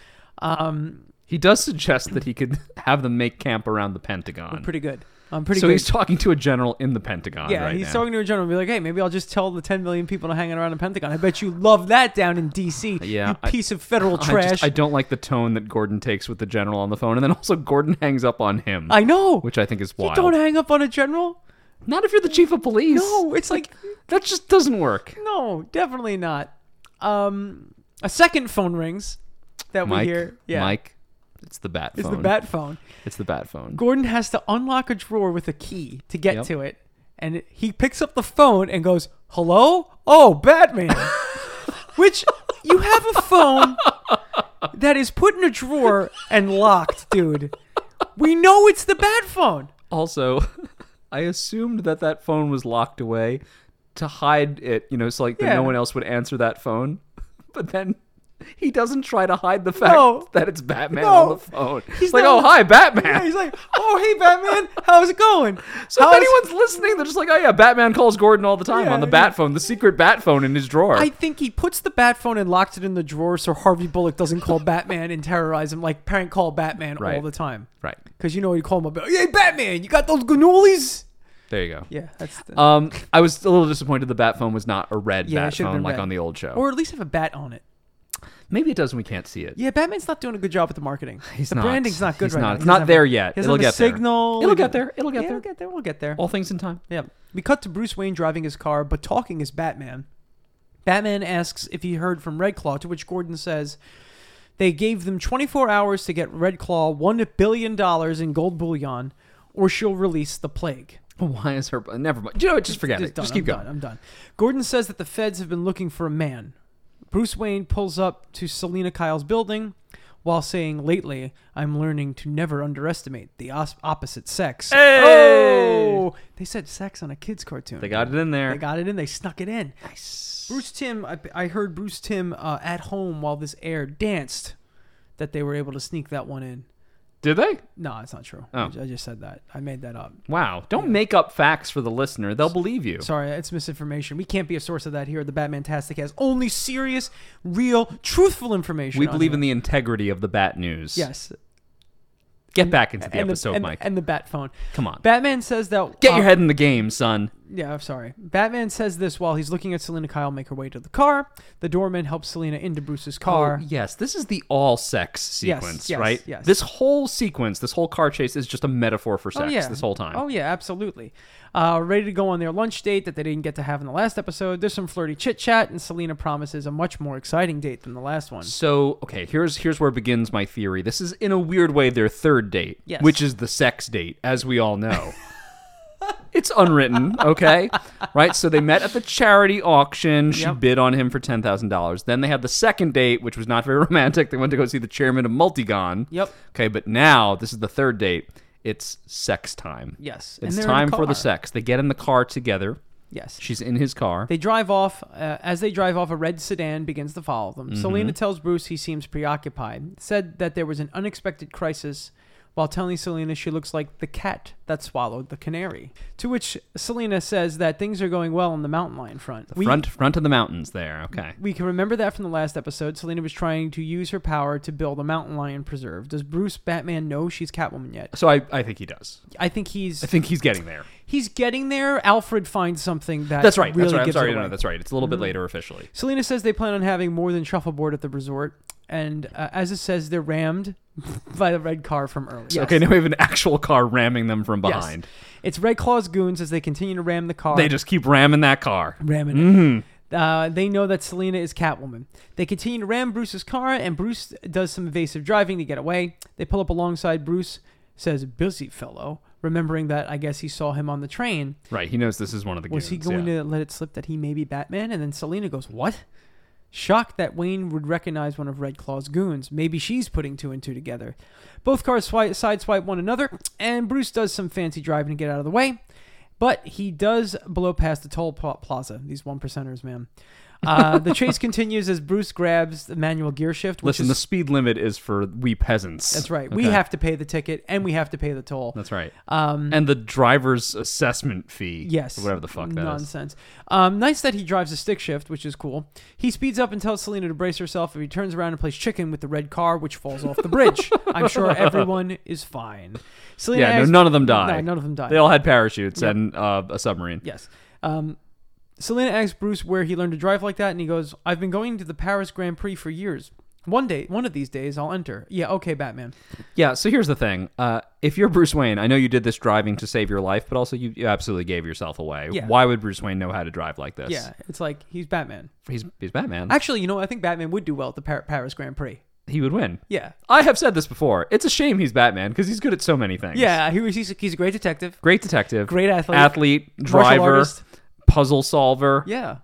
S1: Um,
S2: He does suggest that he could have them make camp around the Pentagon.
S1: pretty good. I'm pretty
S2: so
S1: good.
S2: he's talking to a general in the Pentagon
S1: yeah,
S2: right
S1: he's
S2: now.
S1: talking to a general. and Be like, hey, maybe I'll just tell the 10 million people to hang around the Pentagon. I bet you love that down in D.C.
S2: Uh, Yeah,
S1: you
S2: I-
S1: piece of federal
S2: I
S1: trash.
S2: just- I don't like the tone that Gordon takes with the general on the phone, and then also Gordon hangs up on him,
S1: I know.
S2: which I think is
S1: you
S2: wild.
S1: don't hang up on a general.
S2: Not if you're the chief of police.
S1: No, it's like
S2: that just doesn't work.
S1: No, definitely not. Um, a second phone rings that
S2: Mike,
S1: we hear. Yeah,
S2: Mike, it's the bat
S1: it's
S2: phone.
S1: the bat phone.
S2: It's the bat phone.
S1: Gordon has to unlock a drawer with a key to get
S2: Yep.
S1: to it, and he picks up the phone and goes, "Hello, oh Batman," which you have a phone that is put in a drawer and locked, dude. We know it's the bat phone.
S2: also, I assumed that that phone was locked away to hide it, you know, so like that
S1: Yeah.
S2: no one else would answer that phone. But then He doesn't try to hide the fact
S1: No.
S2: that it's Batman
S1: No.
S2: on the phone.
S1: He's
S2: He's like,
S1: not-
S2: "Oh, hi, Batman."
S1: he's like, "Oh, hey, Batman, how's it going?"
S2: so if anyone's listening, they're just like, "Oh yeah, Batman calls Gordon all the time
S1: Yeah,
S2: on the
S1: yeah.
S2: bat phone, the secret bat phone in his drawer."
S1: I think he puts the bat phone and locks it in the drawer so Harvey Bullock doesn't call Batman and terrorize him like parent call Batman all
S2: Right.
S1: the time.
S2: right
S1: Because you know he'd call him up, hey, Batman, you got those cannolis?
S2: there, you go.
S1: Yeah, that's the,
S2: Um, I was a little disappointed the bat phone was not a red
S1: Yeah, it
S2: bat
S1: should've
S2: phone
S1: been
S2: like
S1: red.
S2: on the old show.
S1: Or at least have a bat on it.
S2: Maybe it does and we can't see it.
S1: Yeah, Batman's not doing a good job with the marketing.
S2: He's
S1: the
S2: not.
S1: branding's not good
S2: He's
S1: right
S2: not.
S1: now.
S2: It's
S1: He
S2: not
S1: doesn't have
S2: there
S1: a-
S2: yet.
S1: He doesn't
S2: It'll
S1: have a
S2: get there.
S1: signal.
S2: It'll
S1: He
S2: get
S1: doesn't-
S2: there. It'll get
S1: Yeah,
S2: there.
S1: We'll get there. We'll get there.
S2: All things in time.
S1: Yeah. We cut to Bruce Wayne driving his car, but talking as Batman. Batman asks if he heard from Red Claw, to which Gordon says they gave them 24 hours to get Red Claw $1 billion in gold bullion, or she'll release the plague.
S2: Why is her? Never mind. You know, what? just forget
S1: Just
S2: it.
S1: done,
S2: Just keep
S1: I'm
S2: going.
S1: Done, I'm done. Gordon says that the feds have been looking for a man. Bruce Wayne pulls up to Selena Kyle's building while saying, Lately, I'm learning to never underestimate the os- opposite sex.
S2: Hey!
S1: Oh! They said sex on a kid's cartoon.
S2: They got it in there.
S1: They got it in. They snuck it in.
S2: nice.
S1: Bruce Tim, I, I heard Bruce Tim uh, at home while this aired danced that they were able to sneak that one in.
S2: Did they?
S1: No, it's not true.
S2: Oh.
S1: I, ju- I just said that. I made that up.
S2: Wow. Don't make up facts for the listener. They'll believe you.
S1: Sorry, it's misinformation. We can't be a source of that here at the Batman Tastic has only serious, real, truthful information.
S2: We believe in the integrity of the bat news.
S1: Yes.
S2: Get back into the
S1: and
S2: episode,
S1: the, and,
S2: Mike.
S1: And the bat phone.
S2: Come on.
S1: Batman says that
S2: Get your
S1: uh,
S2: head in the game, son.
S1: Yeah, I'm sorry. Batman says this while he's looking at Selena Kyle make her way to the car. The doorman helps Selena into Bruce's car.
S2: Oh, yes, this is the all sex
S1: Yes,
S2: sequence,
S1: yes,
S2: right?
S1: yes.
S2: This whole sequence, this whole car chase is just a metaphor for sex
S1: Oh, yeah.
S2: this whole time.
S1: Oh yeah, absolutely. Uh, ready to go on their lunch date that they didn't get to have in the last episode. There's some flirty chit chat, and Selena promises a much more exciting date than the last one.
S2: So, okay, here's here's where begins my theory. This is in a weird way their third date,
S1: Yes.
S2: which is the sex date, as we all know. it's unwritten, okay? Right? So they met at the charity auction. She
S1: Yep.
S2: bid on him for $10,000. Then they had the second date, which was not very romantic. They went to go see the chairman of Multigon.
S1: Yep.
S2: Okay, but now this is the third date. It's sex time.
S1: Yes, and
S2: It's
S1: they're in a
S2: time for
S1: car.
S2: the sex. They get in the car together.
S1: Yes.
S2: She's in his car.
S1: They drive off. Uh, as they drive off, a red sedan begins to follow them.
S2: Mm-hmm.
S1: Selena tells Bruce he seems preoccupied, said that there was an unexpected crisis, while telling Selena she looks like the cat that swallowed the canary. To which Selena says that things are going well on the mountain lion front. we,
S2: front front of the mountains there. Okay.
S1: we can remember that from the last episode. Selena was trying to use her power to build a mountain lion preserve. Does Bruce Batman know she's Catwoman yet?
S2: So I, I think he does.
S1: I think he's
S2: I think he's getting there.
S1: he's getting there. Alfred finds something that
S2: That's right.
S1: Really
S2: that's right. I'm
S1: gives it
S2: sorry. No,
S1: away. Mm-hmm.
S2: no, that's right. It's a little bit later officially.
S1: Selena says they plan on having more than shuffleboard at the resort, and uh, as it says, they're rammed by the red car from earlier.
S2: So, Okay, now we have an actual car ramming them from
S1: Yes.
S2: behind.
S1: It's Red Claw's goons as they continue to ram the car.
S2: They just Mm-hmm. keep ramming that car.
S1: ramming it. Uh, they know that Selena is Catwoman. They continue to ram Bruce's car, and Bruce does some evasive driving to get away. They pull up alongside Bruce, says, "Busy fellow," remembering that I guess he saw him on the train.
S2: Right. He knows this is one of the.
S1: Was he
S2: goons,
S1: going
S2: yeah.
S1: to let it slip that he may be Batman? And then Selena goes, What? Shocked that Wayne would recognize one of Red Claw's goons. Maybe she's putting two and two together. Both cars swi- sideswipe one another, and Bruce does some fancy driving to get out of the way. But he does blow past the toll pla- plaza. These one percenters, man. Uh, the chase continues as Bruce grabs the manual gear shift. Which
S2: Listen,
S1: is,
S2: the speed limit is for we peasants.
S1: that's right. We
S2: Okay.
S1: have to pay the ticket and we have to pay the toll.
S2: That's right. Um, and the driver's assessment fee.
S1: Yes.
S2: or Whatever the fuck that is.
S1: Nonsense. Um, nice that he drives a stick shift, which is cool. He speeds up and tells Selena to brace herself, and he turns around and plays chicken with the red car, which falls off the bridge. I'm sure everyone is fine. Selena
S2: Yeah. No,
S1: asks-
S2: none of them die.
S1: No, none of them die.
S2: They all had parachutes and uh, a submarine.
S1: yes. Um, Selena asks Bruce where he learned to drive like that, and he goes, "I've been going to the Paris Grand Prix for years. One day, one of these days, I'll enter." Yeah. Okay, Batman.
S2: Yeah, so here's the thing. Uh, if you're Bruce Wayne, I know you did this driving to save your life, but also you, you absolutely gave yourself away.
S1: Yeah.
S2: Why would Bruce Wayne know how to drive like this?
S1: Yeah. It's like he's Batman.
S2: He's, he's Batman.
S1: Actually, you know, I think Batman would do well at the Par- Paris Grand Prix.
S2: he would win.
S1: Yeah.
S2: I have said this before. It's a shame he's Batman because he's good at so many things.
S1: Yeah, he was, he's, a- he's a great detective.
S2: Great detective.
S1: Great athlete.
S2: Athlete, driver,
S1: artist.
S2: puzzle solver.
S1: Yeah.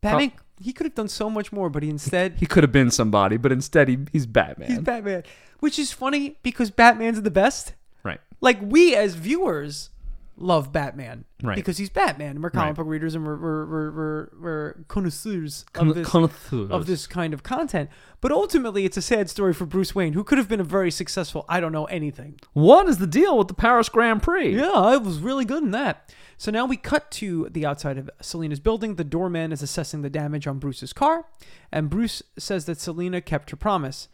S1: Batman, he could have done so much more, but he instead,
S2: He could have been somebody, but instead he, he's Batman.
S1: he's Batman. Which is funny because Batman's the best.
S2: right.
S1: Like, we as viewers love Batman
S2: Right.
S1: because he's Batman. and We're comic
S2: Right.
S1: book readers and we're we're we're, we're, we're connoisseurs
S2: Con-
S1: of this
S2: connoisseurs.
S1: of this kind of content. But ultimately, it's a sad story for Bruce Wayne, who could have been a very successful I don't know anything.
S2: What is the deal with the Paris Grand Prix?
S1: Yeah, I was really good in that. So now we cut to the outside of Selena's building. The doorman is assessing the damage on Bruce's car, and Bruce says that Selena kept her promise.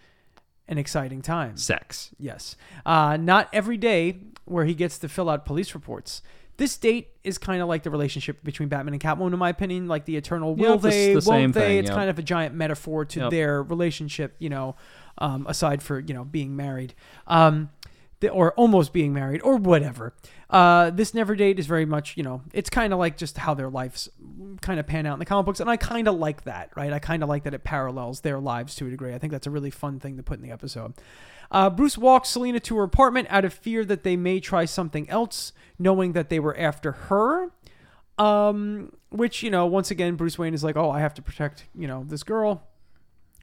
S1: An exciting time.
S2: Sex.
S1: Yes. Uh, not every day where he gets to fill out police reports. This date is kind of like the relationship between Batman and Catwoman, in my opinion, like the eternal will
S2: Yeah, it's the-
S1: they,
S2: the
S1: won't
S2: same
S1: they.
S2: thing,
S1: it's
S2: yeah.
S1: kind of a giant metaphor to
S2: Yep.
S1: their relationship, you know, um, aside for, you know, being married. Um, the- or almost being married, or whatever. Uh, this never date is very much, you know, it's kind of like just how their lives kind of pan out in the comic books, and I kind of like that, right? I kind of like that it parallels their lives to a degree. I think that's a really fun thing to put in the episode. Uh, Bruce walks Selena to her apartment out of fear that they may try something else, knowing that they were after her. Um, which you know, once again, Bruce Wayne is like, "Oh, I have to protect you know this girl."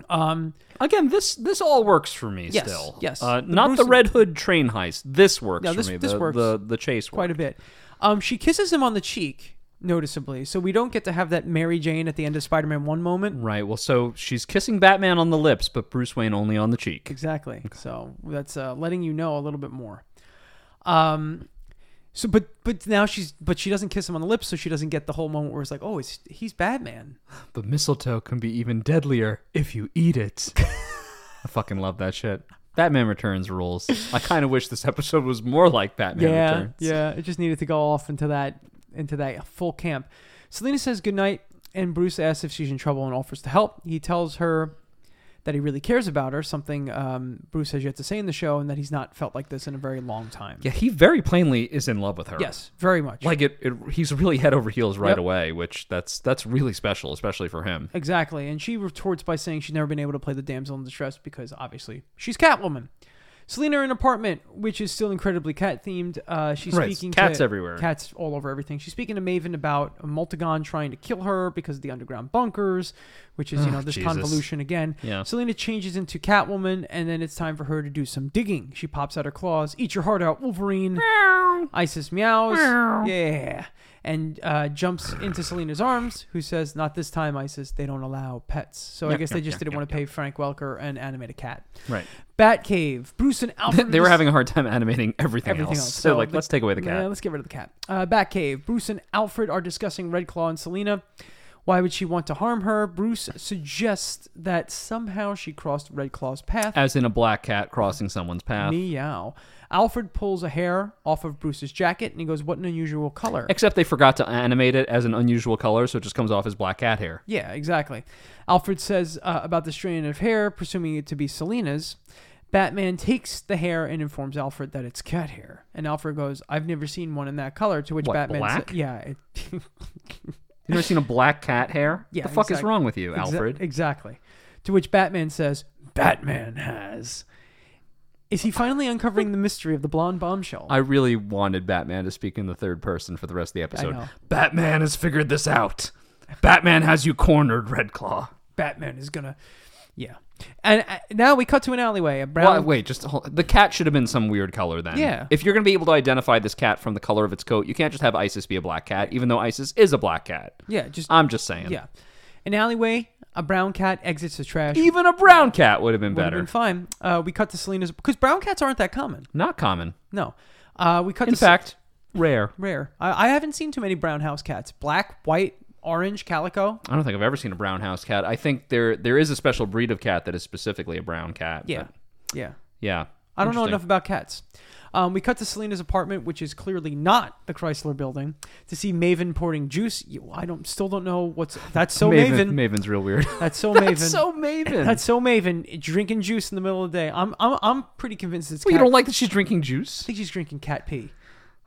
S1: Um,
S2: Again, this this all works for me
S1: Yes,
S2: still.
S1: yes.
S2: Uh,
S1: The
S2: not the
S1: Bruce-
S2: Red Hood train heist. This works
S1: No,
S2: for
S1: this-
S2: me.
S1: this
S2: the,
S1: works
S2: The, the chase
S1: quite a
S2: works.
S1: bit. Um, she kisses him on the cheek noticeably, so we don't get to have that Mary Jane at the end of Spider-Man One moment.
S2: Right. Well, so she's kissing Batman on the lips, but Bruce Wayne only on the cheek.
S1: Exactly. So that's uh, letting you know a little bit more. Um, so but but now she's but she doesn't kiss him on the lips, so she doesn't get the whole moment where it's like, oh, it's, he's Batman.
S2: The mistletoe can be even deadlier if you eat it. I fucking love that shit. Batman Returns rules. I kind of wish this episode was more like Batman
S1: yeah,
S2: Returns.
S1: Yeah, it just needed to go off into that into that full camp. Selena says goodnight and Bruce asks if she's in trouble and offers to help. He tells her that he really cares about her, something um, Bruce has yet to say in the show, and that he's not felt like this in a very long time.
S2: Yeah, he very plainly is in love with her.
S1: Yes, very much.
S2: Like it, it he's really head over heels right
S1: Yep.
S2: away, which that's that's really special, especially for him.
S1: Exactly. And she retorts by saying she's never been able to play the damsel in distress because obviously she's Catwoman. Selena in an apartment, which is still incredibly cat themed. Uh, she's
S2: Right,
S1: speaking
S2: cats
S1: to,
S2: everywhere.
S1: Cats all over everything. She's speaking to Maven about Multigon trying to kill her because of the underground bunkers, which is you know this
S2: Jesus.
S1: convolution again.
S2: Yeah.
S1: Selena changes into Catwoman, and then it's time for her to do some digging. She pops out her claws. Eat your heart out, Wolverine. Isis meows. Yeah. And uh, jumps into Selena's arms, who says, Not this time, Isis. They don't allow pets. So I
S2: Yeah,
S1: guess they
S2: yeah,
S1: just
S2: yeah,
S1: didn't
S2: yeah,
S1: want to pay Frank Welker and animate a cat.
S2: Right.
S1: Batcave. Bruce and Alfred.
S2: They were
S1: dis-
S2: having a hard time animating everything,
S1: Everything
S2: else.
S1: else.
S2: So,
S1: So
S2: like,
S1: the-
S2: let's take away the
S1: Yeah,
S2: cat.
S1: let's get rid of the cat. Uh, Batcave. Bruce and Alfred are discussing Red Claw and Selena. Why would she want to harm her? Bruce suggests that somehow she crossed Red Claw's path.
S2: As in a black cat crossing someone's path.
S1: Meow. Alfred pulls a hair off of Bruce's jacket and he goes, What an unusual color.
S2: Except they forgot to animate it as an unusual color, so it just comes off as black cat hair.
S1: Yeah, exactly. Alfred says uh, about the strand of hair, presuming it to be Selena's. Batman takes the hair and informs Alfred that it's cat hair. And Alfred goes, I've never seen one in that color. To which
S2: What,
S1: Batman sa-
S2: black?
S1: Yeah. It,
S2: You ever seen a black cat hair?
S1: Yeah,
S2: the fuck is
S1: exactly.
S2: wrong with you,
S1: exa-
S2: Alfred?
S1: exactly. To which Batman says, Batman has. Is he finally uncovering the mystery of the blonde bombshell?
S2: I really wanted Batman to speak in the third person for the rest of the
S1: know.
S2: episode. Batman has figured this out. Batman has you cornered, Red Claw.
S1: Batman is going to. Yeah. And uh, now we cut to an alleyway. A brown
S2: Well, wait, just hold, the cat should have been some weird color then.
S1: Um, Yeah.
S2: If you're going to be able to identify this cat from the color of its coat, you can't just have Isis be a black cat, even though Isis is a black cat.
S1: Yeah, just.
S2: I'm just saying.
S1: yeah. An alleyway. A brown cat exits the trash.
S2: Even a brown cat would have been
S1: would have
S2: better.
S1: been fine. Uh, we cut to Selena's because brown cats aren't that common.
S2: Not common.
S1: No, uh, we cut
S2: In
S1: to Se-
S2: fact, rare.
S1: rare. I, I haven't seen too many brown house cats. Black, white, orange, calico.
S2: I don't think I've ever seen a brown house cat. I think there there is a special breed of cat that is specifically a brown cat.
S1: Yeah,
S2: but-
S1: yeah.
S2: yeah.
S1: I don't know
S2: Interesting.
S1: enough about cats. Um, we cut to Selena's apartment, which is clearly not the Chrysler Building, to see Maven pouring juice. You- I don't, still don't know what's that's so Maven.
S2: Maven's real weird.
S1: That's so Maven.
S2: That's so Maven.
S1: That's so Maven drinking juice in the middle of the day. I'm I'm, I'm pretty convinced it's.
S2: well, you
S1: cat-
S2: don't like that she's drinking juice.
S1: I think she's drinking cat pee.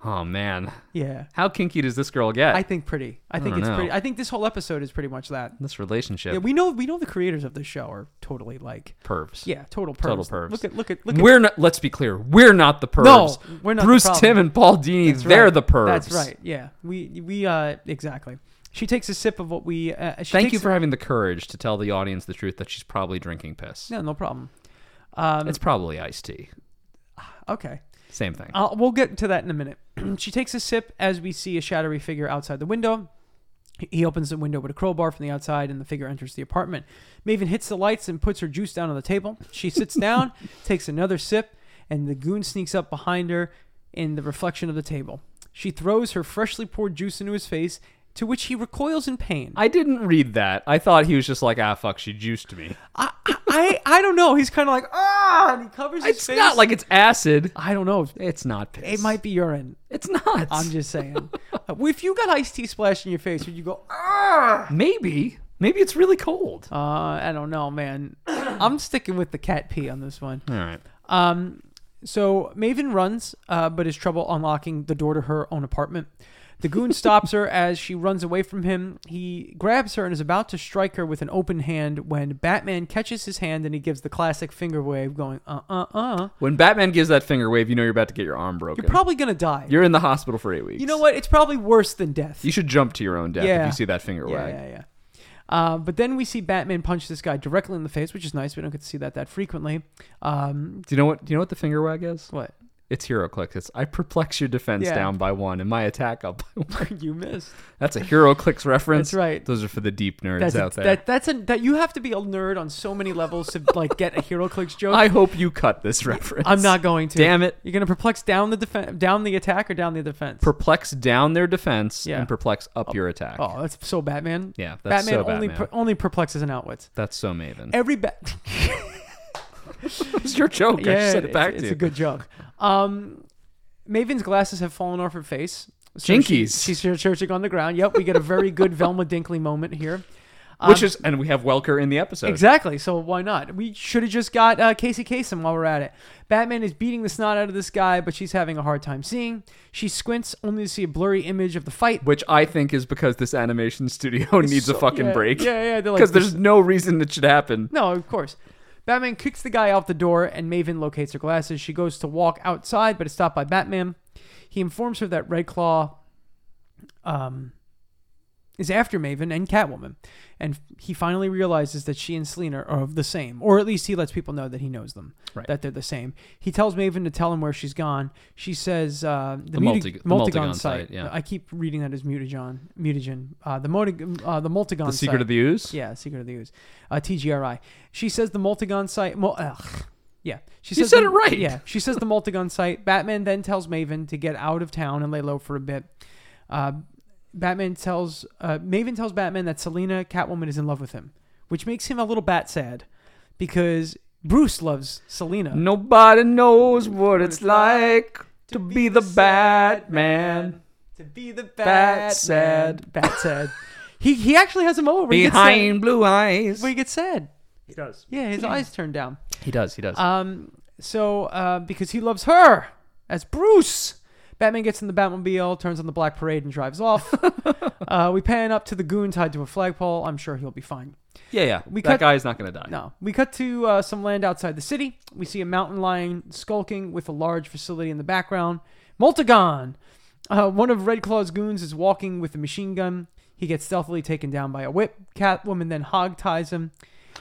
S2: Oh man,
S1: Yeah.
S2: how kinky does this girl get?
S1: I think pretty. I think
S2: don't
S1: it's
S2: know.
S1: pretty. I think this whole episode is pretty much that.
S2: this relationship.
S1: Yeah, we know we know the creators of this show are totally like
S2: pervs.
S1: yeah, total pervs.
S2: Total pervs.
S1: Look at look at look at
S2: We're not. Let's be clear. We're not the pervs.
S1: No, we're not the
S2: Bruce,
S1: problem.
S2: Tim, and Paul Dini.
S1: That's
S2: they're
S1: right.
S2: the pervs.
S1: That's right. Yeah, we we uh exactly. She takes a sip of what we. Uh, she
S2: Thank
S1: takes
S2: you for having the courage to tell the audience the truth that she's probably drinking piss.
S1: no no problem. Um,
S2: It's probably iced tea.
S1: okay.
S2: Same thing.
S1: Uh, we'll get to that in a minute. she takes a sip as we see a shadowy figure outside the window. He opens the window with a crowbar from the outside, and the figure enters the apartment. Maven hits the lights and puts her juice down on the table. She sits down, takes another sip, and the goon sneaks up behind her in the reflection of the table. She throws her freshly poured juice into his face, to which he recoils in pain.
S2: I didn't read that. I thought he was just like, ah, fuck, she juiced me.
S1: I, I, I, I don't know. He's kind of like, ah, and he covers his
S2: It's
S1: face.
S2: not like it's acid.
S1: I don't know.
S2: It's not piss.
S1: It might be urine.
S2: It's not.
S1: I'm just saying. if you got iced tea splashed in your face, would you go, ah?
S2: Maybe. Maybe it's really cold.
S1: Uh, I don't know, man. I'm sticking with the cat pee on this one.
S2: All right.
S1: Um, so Maven runs, uh, but is trouble unlocking the door to her own apartment. The goon stops her as she runs away from him. He grabs her and is about to strike her with an open hand when Batman catches his hand and he gives the classic finger wave, going, uh uh uh.
S2: When Batman gives that finger wave, you know you're about to get your arm broken.
S1: You're probably going to die.
S2: You're in the hospital for eight weeks.
S1: you know what? It's probably worse than death.
S2: You should jump to your own death
S1: Yeah.
S2: if you see that finger
S1: Yeah,
S2: wag.
S1: yeah, yeah. Uh, but then we see Batman punch this guy directly in the face, which is nice. We don't get to see that that frequently. Um,
S2: Do you know what? Do you know what the finger wag is?
S1: what?
S2: It's hero click. It's I perplex your defense
S1: Yeah.
S2: down by one and my attack up by one.
S1: you missed.
S2: That's a hero clicks reference.
S1: That's right.
S2: Those are for the deep nerds
S1: That's
S2: out there.
S1: that. That's a that you have to be a nerd on so many levels to like get a hero clicks joke.
S2: I hope you cut this reference.
S1: am not going to.
S2: Damn it.
S1: You're gonna perplex down the defense, down the attack, or down the defense.
S2: Perplex down their defense
S1: Yeah.
S2: and perplex up your attack.
S1: oh, that's so Batman.
S2: Yeah, that's
S1: Batman
S2: so
S1: only
S2: Batman.
S1: per- only perplexes and outwits.
S2: That's so Maven.
S1: Every bat.
S2: It's your joke. I
S1: yeah,
S2: just said it back
S1: it's,
S2: to
S1: it's
S2: you.
S1: a good joke. Um, Maven's glasses have fallen off her face. So
S2: Jinkies.
S1: She, she's searching on the ground. Yep, we get a very good Velma Dinkley moment here. Um,
S2: Which is, and we have Welker in the episode.
S1: Exactly. So why not? We should have just got uh, Casey Kasem while we're at it. Batman is beating the snot out of this guy, but she's having a hard time seeing. She squints only to see a blurry image of the fight.
S2: Which I think is because this animation studio needs a
S1: So-
S2: fucking
S1: yeah,
S2: break.
S1: Yeah, yeah. They're like,
S2: Because there's no reason it should happen.
S1: No, of course. Batman kicks the guy out the door, and Maven locates her glasses. She goes to walk outside, but is stopped by Batman. He informs her that Red Claw um, is after Maven and Catwoman, and he finally realizes that she and Selina are of the same, or at least he lets people know that he knows them,
S2: Right.
S1: that they're the same. He tells Maven to tell him where she's gone. She says uh, the,
S2: The
S1: muti-
S2: multi- the
S1: Multigon,
S2: Multigon
S1: site.
S2: site, yeah.
S1: I keep reading that as mutagen, mutagen. Uh, the multi- uh, the Multigon.
S2: The
S1: site.
S2: secret of the ooze?
S1: Yeah, Secret of the Ooze. Uh, TGRI. She says the Multigon site. Mul- ugh. Yeah, she
S2: You
S1: says
S2: said
S1: the-
S2: it right.
S1: Yeah, she says the Multigon site. Batman then tells Maven to get out of town and lay low for a bit. Uh, Batman tells uh, Maven tells Batman that Selina Catwoman is in love with him, which makes him a little bat sad because Bruce loves Selina.
S2: Nobody knows what it's like to be the Batman.
S1: To be the
S2: Bat sad.
S1: Batman. bat sad. he he actually has a moment where he gets sad-
S2: Behind blue eyes.
S1: where he gets sad.
S2: He does.
S1: Yeah, his eyes turn down.
S2: He does. He does.
S1: Um, so uh, because he loves her as Bruce, Batman gets in the Batmobile, turns on the Black Parade, and drives off. uh, we pan up to the goon tied to a flagpole. I'm sure he'll be fine.
S2: yeah, yeah.
S1: we
S2: that
S1: cut-
S2: guy's not going to die.
S1: No, we cut to uh, some land outside the city. We see a mountain lion skulking with a large facility in the background. Multigon, uh, one of Red Claw's goons, is walking with a machine gun. He gets stealthily taken down by a whip. Catwoman then hog ties him.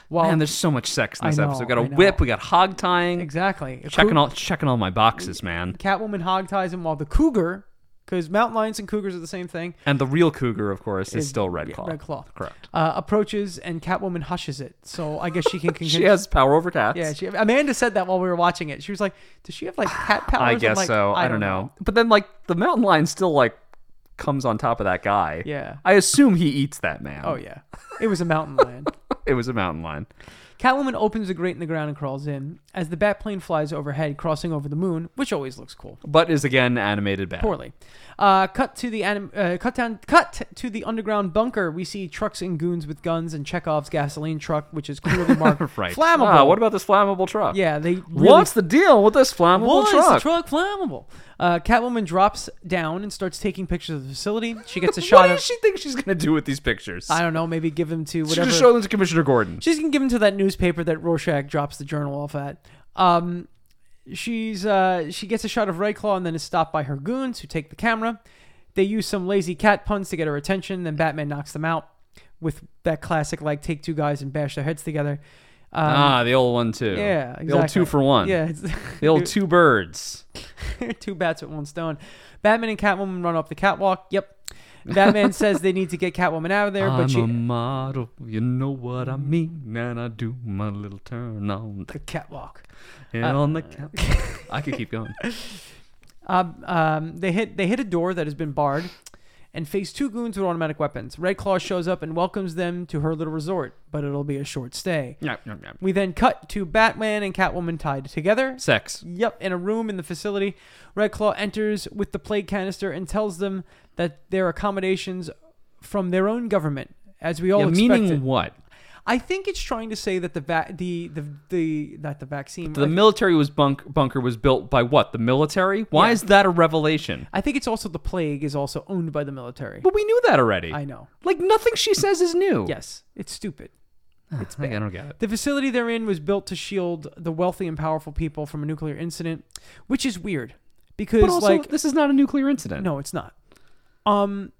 S1: While
S2: Man, there's so much sex in
S1: I
S2: this
S1: know,
S2: episode. We got a
S1: I know.
S2: whip. We got hog tying.
S1: exactly A
S2: Checking all checking all my boxes, man.
S1: Catwoman hog ties him while the cougar, because mountain lions and cougars are the same thing,
S2: And the real cougar, of course, is still Red Claw.
S1: Red Claw,
S2: Correct.
S1: uh, approaches and Catwoman hushes it. So I guess she can convince.
S2: She has power over cats.
S1: yeah, she, Amanda said that while we were watching it. She was like, "Does she have like cat powers?"
S2: I
S1: I'm
S2: guess
S1: like,
S2: so. I, don't know. But then, like, the mountain lion still like comes on top of that guy.
S1: Yeah.
S2: I assume he eats that man.
S1: Oh yeah, it was a mountain lion.
S2: It was a mountain lion.
S1: Catwoman opens a grate in the ground and crawls in as the bat plane flies overhead, crossing over the moon, which always looks cool.
S2: But is again animated bad.
S1: poorly. Uh, cut to the anim- uh, cut down cut to the underground bunker. We see trucks and goons with guns and Chekhov's gasoline truck, which is clearly marked
S2: Right.
S1: flammable.
S2: Ah, what about this flammable truck?
S1: yeah, they really
S2: What's the deal with this flammable
S1: Why
S2: truck?
S1: is the truck flammable? Uh, Catwoman drops down and starts taking pictures of the facility. She gets a shot
S2: what
S1: of
S2: does she think she's gonna do with these pictures?
S1: I don't know, maybe give them to
S2: She
S1: whatever.
S2: just show them to Commissioner Gordon.
S1: She's gonna give them to that newspaper that Rorschach drops the journal off at. Um, she's uh, she gets a shot of Red Claw and then is stopped by her goons who take the camera. They use some lazy cat puns to get her attention. Then Batman knocks them out with that classic like take two guys and bash their heads together. Um,
S2: ah, the old one too.
S1: yeah,
S2: The old
S1: exactly.
S2: two for one.
S1: Yeah, it's,
S2: The old two birds.
S1: Two bats with one stone. Batman and Catwoman run off the catwalk. Yep. Batman says they need to get Catwoman out of there,
S2: I'm
S1: but she
S2: a model, you know what I mean, and I do my little turn on the,
S1: the catwalk.
S2: and on the cap. I could keep going.
S1: Um, um, they hit they hit a door that has been barred, and face two goons with automatic weapons. Red Claw shows up and welcomes them to her little resort, but it'll be a short stay.
S2: Yep, yep, yep.
S1: We then cut to Batman and Catwoman tied together.
S2: Sex.
S1: Yep, in a room in the facility, Red Claw enters with the plague canister and tells them that their accommodations from their own government, as we all
S2: Yeah,
S1: expected.
S2: meaning what?
S1: I think it's trying to say that the va- the, the the not the vaccine.
S2: The military was bunk- bunker was built by what? The military? Why
S1: Yeah.
S2: is that a revelation?
S1: I think it's also the plague is also owned by the military.
S2: But we knew that already.
S1: I know.
S2: Like nothing she says is new.
S1: Yes, it's stupid.
S2: it's bad. I don't get it.
S1: The facility they're in was built to shield the wealthy and powerful people from a nuclear incident, which is weird because
S2: But also,
S1: like
S2: this is not a nuclear incident.
S1: no, it's not. Um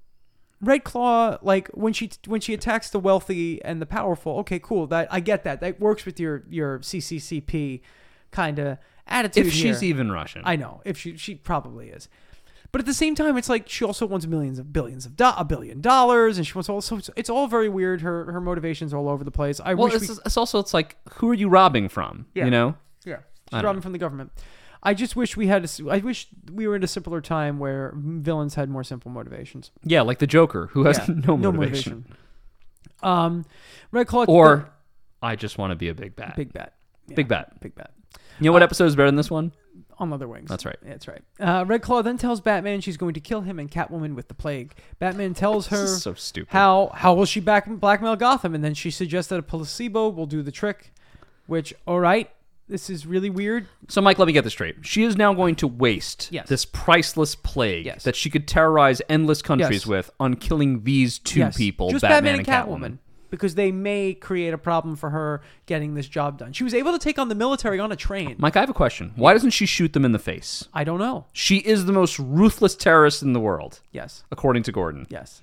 S1: Red Claw like when she when she attacks the wealthy and the powerful, okay, cool. That I get that. That works with your your CCCP kind of attitude
S2: if she's
S1: here.
S2: even Russian.
S1: I know. If she she probably is. But at the same time, it's like she also wants millions of billions of do- a billion dollars, and she wants all. So it's- it's all very weird. Her her motivations are all over the place. I
S2: well,
S1: wish
S2: this
S1: we
S2: is, it's also it's like who are you robbing from?
S1: Yeah.
S2: You know.
S1: Yeah,
S2: I
S1: she's
S2: don't
S1: robbing from the government. I just wish we had. A, s- I wish we were in a simpler time where villains had more simple motivations.
S2: Yeah, like the Joker who has
S1: Yeah,
S2: no, motivation.
S1: motivation. Um, Red Claw
S2: Or I just want to be a big bat.
S1: Big Bat. Yeah,
S2: Big bat. Uh,
S1: Big Bat.
S2: You know what episode is better than this one?
S1: On other wings.
S2: That's right.
S1: That's right. Uh, Red Claw then tells Batman she's going to kill him and Catwoman with the plague. Batman tells her
S2: This is so stupid.
S1: how how will she back, blackmail Gotham, and then she suggests that a placebo will do the trick. Which, all right, this is really weird.
S2: So, Mike, let me get this straight. She is now going to waste
S1: Yes.
S2: this priceless plague
S1: Yes.
S2: that she could terrorize endless countries
S1: Yes.
S2: with on killing these two
S1: Yes.
S2: people,
S1: just
S2: Batman, and Catwoman.
S1: because they may create a problem for her getting this job done. She was able to take on the military on a train.
S2: Mike, I have a question. Why doesn't she shoot them in the face?
S1: I don't know.
S2: She is the most ruthless terrorist in the world,
S1: Yes,
S2: according to Gordon.
S1: yes.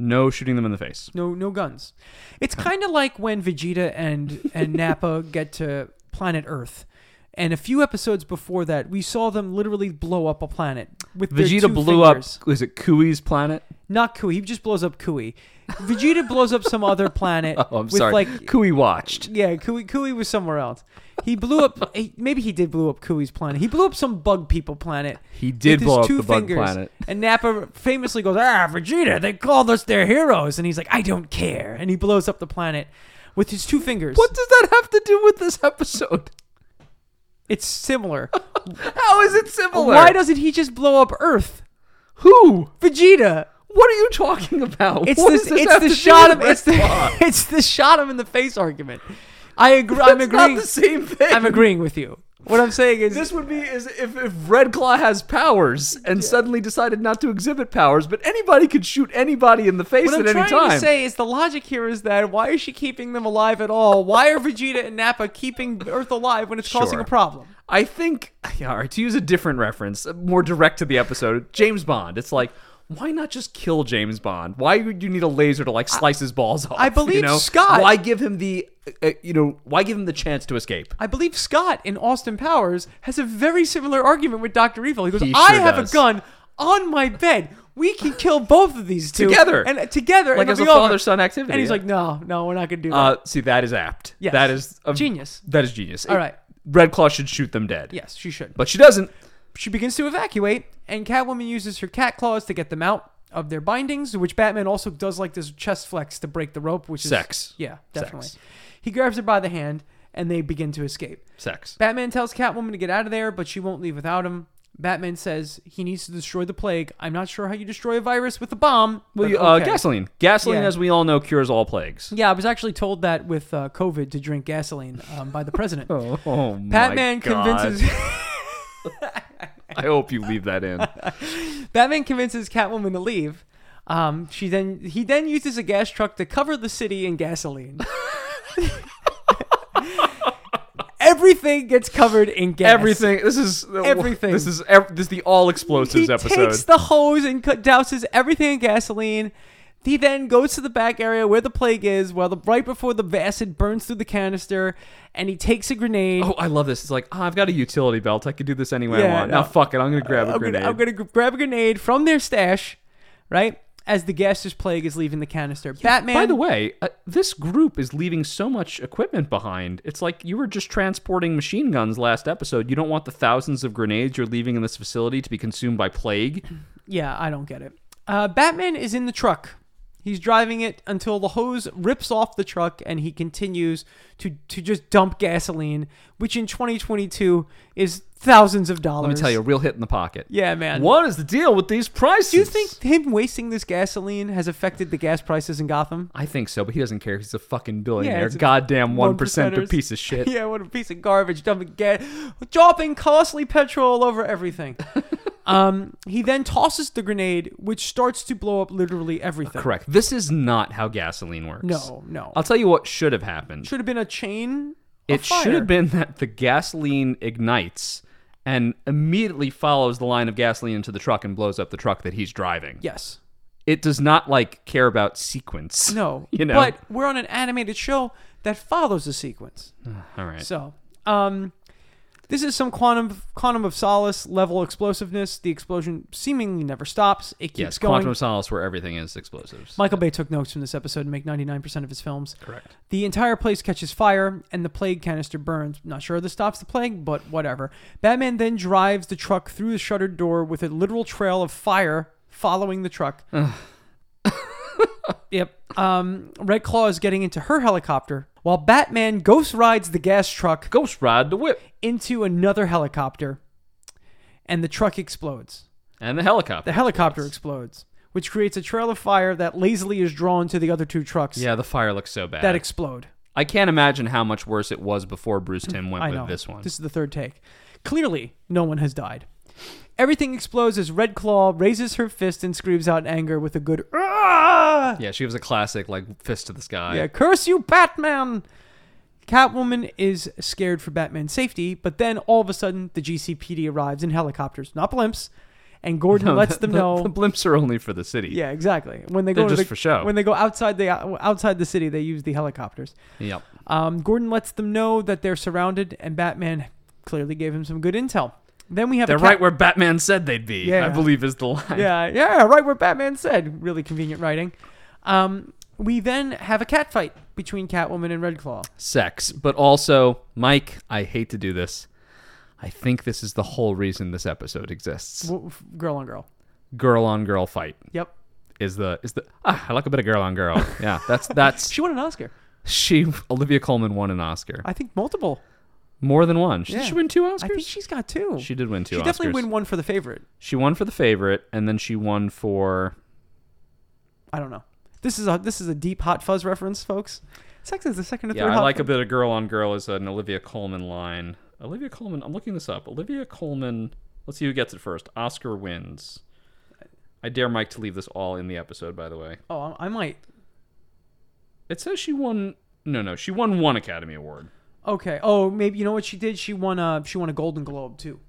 S2: No shooting them in the face.
S1: No, no guns. It's kind of like when Vegeta and and Nappa get to planet Earth. And a few episodes before that, we saw them literally blow up a planet with their two
S2: Vegeta blew
S1: fingers.
S2: up. Is it Kui's planet?
S1: Not Kui. He just blows up Kui. Vegeta blows up some other planet.
S2: Oh, I'm
S1: with
S2: sorry.
S1: Like
S2: Kui watched.
S1: Yeah, Cooey Cooey was somewhere else. He blew up. he, maybe he did blew up Cooey's planet. He blew up some bug people planet.
S2: He
S1: with
S2: did
S1: his
S2: blow up
S1: two
S2: the bug
S1: fingers.
S2: planet.
S1: And Nappa famously goes, "Ah, Vegeta, they called us their heroes," and he's like, "I don't care," and he blows up the planet with his two fingers.
S2: What does that have to do with this episode?
S1: It's similar.
S2: How is it similar?
S1: Why doesn't he just blow up Earth?
S2: who?
S1: Vegeta.
S2: What are you talking about?
S1: It's
S2: What
S1: this.
S2: does this
S1: it's
S2: have
S1: the
S2: to do
S1: shot
S2: with
S1: him. It's
S2: Red
S1: the.
S2: Claw?
S1: It's the shot him in the face argument. I agree. I'm
S2: It's not
S1: agreeing.
S2: the same thing.
S1: I'm agreeing with you. What I'm saying is
S2: this would be is if, if Red Claw has powers and suddenly decided not to exhibit powers, but anybody could shoot anybody in the face
S1: What
S2: at
S1: I'm trying
S2: any
S1: to
S2: time.
S1: say is the logic here is that why is she keeping them alive at all? Why are Vegeta and Nappa keeping Earth alive when it's causing
S2: Sure.
S1: a problem?
S2: I think, yeah, all right, to use a different reference, uh, more direct to the episode, James Bond. It's like, why not just kill James Bond? Why would you need a laser to like slice his balls off?
S1: I believe
S2: you know?
S1: Scott-
S2: Why give him the, uh, you know, why give him the chance to escape?
S1: I believe Scott in Austin Powers has a very similar argument with Dr. Evil. He goes,
S2: He
S1: I
S2: sure
S1: have
S2: does.
S1: a gun on my bed. We can kill both of these two
S2: Together.
S1: And uh, together.
S2: Like
S1: and
S2: as a
S1: it'll be over."
S2: father son activity.
S1: And he's
S2: yeah.
S1: like, no, no, we're not going to do that.
S2: Uh, see, that is apt.
S1: Yes.
S2: That is a,
S1: Genius.
S2: That is genius.
S1: All right.
S2: Red Claw should shoot them dead.
S1: yes, she should.
S2: But she doesn't.
S1: She begins to evacuate, and Catwoman uses her cat claws to get them out of their bindings, which Batman also does like this chest flex to break the rope, which is
S2: Sex.
S1: Yeah, definitely.
S2: Sex.
S1: He grabs her by the hand, and they begin to escape.
S2: Sex.
S1: Batman tells Catwoman to get out of there, but she won't leave without him. Batman says he needs to destroy the plague. I'm not sure how you destroy a virus with a bomb.
S2: Well,
S1: but
S2: you- uh,
S1: okay.
S2: gasoline. Gasoline,
S1: Yeah.
S2: as we all know, cures all plagues.
S1: Yeah, I was actually told that with uh, COVID to drink gasoline um, by the president.
S2: Oh, oh my
S1: Batman
S2: God.
S1: convinces.
S2: I hope you leave that in.
S1: Batman convinces Catwoman to leave. Um, she then he then uses a gas truck to cover the city in gasoline. Everything gets covered in gas.
S2: Everything. This is uh,
S1: Everything.
S2: This is ev- this is the all
S1: He
S2: explosives episode.
S1: takes the hose and co- douses everything in gasoline. He then goes to the back area where the plague is, while the right before the acid burns through the canister, and he takes a grenade.
S2: Oh, I love this. It's like, ah, I've got a utility belt. I can do this any way I
S1: Yeah,
S2: want.
S1: no.
S2: Now, fuck it. I'm going to grab a
S1: I'm
S2: grenade.
S1: Gonna, I'm gonna gr- grab a grenade from their stash, right? As the gaseous plague is leaving the canister. Batman.
S2: By the way, uh, this group is leaving so much equipment behind. It's like you were just transporting machine guns last episode. You don't want the thousands of grenades you're leaving in this facility to be consumed by plague.
S1: yeah, I don't get it. Uh, Batman is in the truck. He's driving it until the hose rips off the truck, and he continues to to just dump gasoline, which in 2022 is thousands of dollars.
S2: Let me tell you, a real hit in the pocket.
S1: Yeah, man.
S2: What is the deal with these prices?
S1: Do you think him wasting this gasoline has affected the gas prices in Gotham?
S2: I think so, but he doesn't care. He's a fucking billionaire.
S1: it's a-
S2: Goddamn one percenter
S1: percenters.
S2: piece of shit.
S1: Yeah, what a piece of garbage dumping gas, dropping costly petrol all over everything. um, he then tosses the grenade, which starts to blow up literally everything.
S2: Correct. This is not how gasoline works.
S1: No, no.
S2: I'll tell you what should have happened.
S1: should have been a chain. of
S2: it should
S1: fire.
S2: have been that the gasoline ignites and immediately follows the line of gasoline into the truck and blows up the truck that he's driving.
S1: Yes.
S2: It does not like care about sequence.
S1: No.
S2: you know.
S1: But we're on an animated show that follows a sequence.
S2: All right.
S1: So, um, this is some quantum quantum of solace level explosiveness. The explosion seemingly never stops. It keeps
S2: yes,
S1: going.
S2: Quantum of Solace, where everything is explosives.
S1: Michael Bay took notes from this episode and make 99% of his films.
S2: Correct.
S1: The entire place catches fire and the plague canister burns. Not sure this stops the plague, but whatever. Batman then drives the truck through the shuttered door with a literal trail of fire following the truck. yep. Um, Red Claw is getting into her helicopter while Batman ghost rides the gas truck
S2: Ghost ride the whip
S1: into another helicopter and the truck explodes.
S2: and the helicopter.
S1: The helicopter explodes, which creates a trail of fire that lazily is drawn to the other two trucks
S2: yeah, the fire looks so bad.
S1: that explode.
S2: I can't imagine how much worse it was before Bruce Tim went
S1: I
S2: with
S1: know.
S2: this one.
S1: This is the third take. Clearly, no one has died. Everything explodes as Red Claw raises her fist and screams out in anger with a good "Ah!"
S2: yeah, she was a classic like fist to the sky.
S1: Yeah, curse you, Batman! Catwoman is scared for Batman's safety, but then all of a sudden the GCPD arrives in helicopters, not blimps, and Gordon lets them
S2: The-
S1: know.
S2: the blimps are only for the city.
S1: yeah, exactly. When they go
S2: They're
S1: to
S2: just
S1: the-
S2: for show.
S1: When they go outside the outside the city, they use the helicopters.
S2: Yep.
S1: Um, Gordon lets them know that they're surrounded, and Batman clearly gave him some good intel. Then we have
S2: They're
S1: a
S2: right where Batman said they'd be.
S1: Yeah.
S2: I believe is the line.
S1: yeah, yeah, right where Batman said. Really convenient writing. Um, we then have a cat fight between Catwoman and Red Claw.
S2: sex, but also, Mike, I hate to do this. I think this is the whole reason this episode exists.
S1: W- f- Girl on girl.
S2: Girl on girl fight
S1: Yep.
S2: is the is the ah, I like a bit of girl on girl. Yeah, that's that's
S1: She won an Oscar.
S2: she Olivia Coleman won an Oscar.
S1: I think multiple.
S2: More than one. She,
S1: Yeah.
S2: Did she win two Oscars?
S1: I think she's got two.
S2: she did win two
S1: She
S2: Oscars.
S1: definitely win one for the favorite.
S2: She won for the favorite and then she won for
S1: I don't know. This is a this is a deep hot fuzz reference, folks. Sex is the second or
S2: Yeah,
S1: third.
S2: I
S1: hot
S2: like a
S1: fuzz.
S2: bit of girl on girl is an Olivia Coleman line. Olivia Coleman, I'm looking this up. Olivia Coleman, let's see who gets it first. Oscar wins. I dare Mike to leave this all in the episode, by the way.
S1: Oh, I- I might.
S2: It says she won. No, no, she won one Academy Award.
S1: Okay. Oh, maybe you know what she did? She won a she won a Golden Globe too.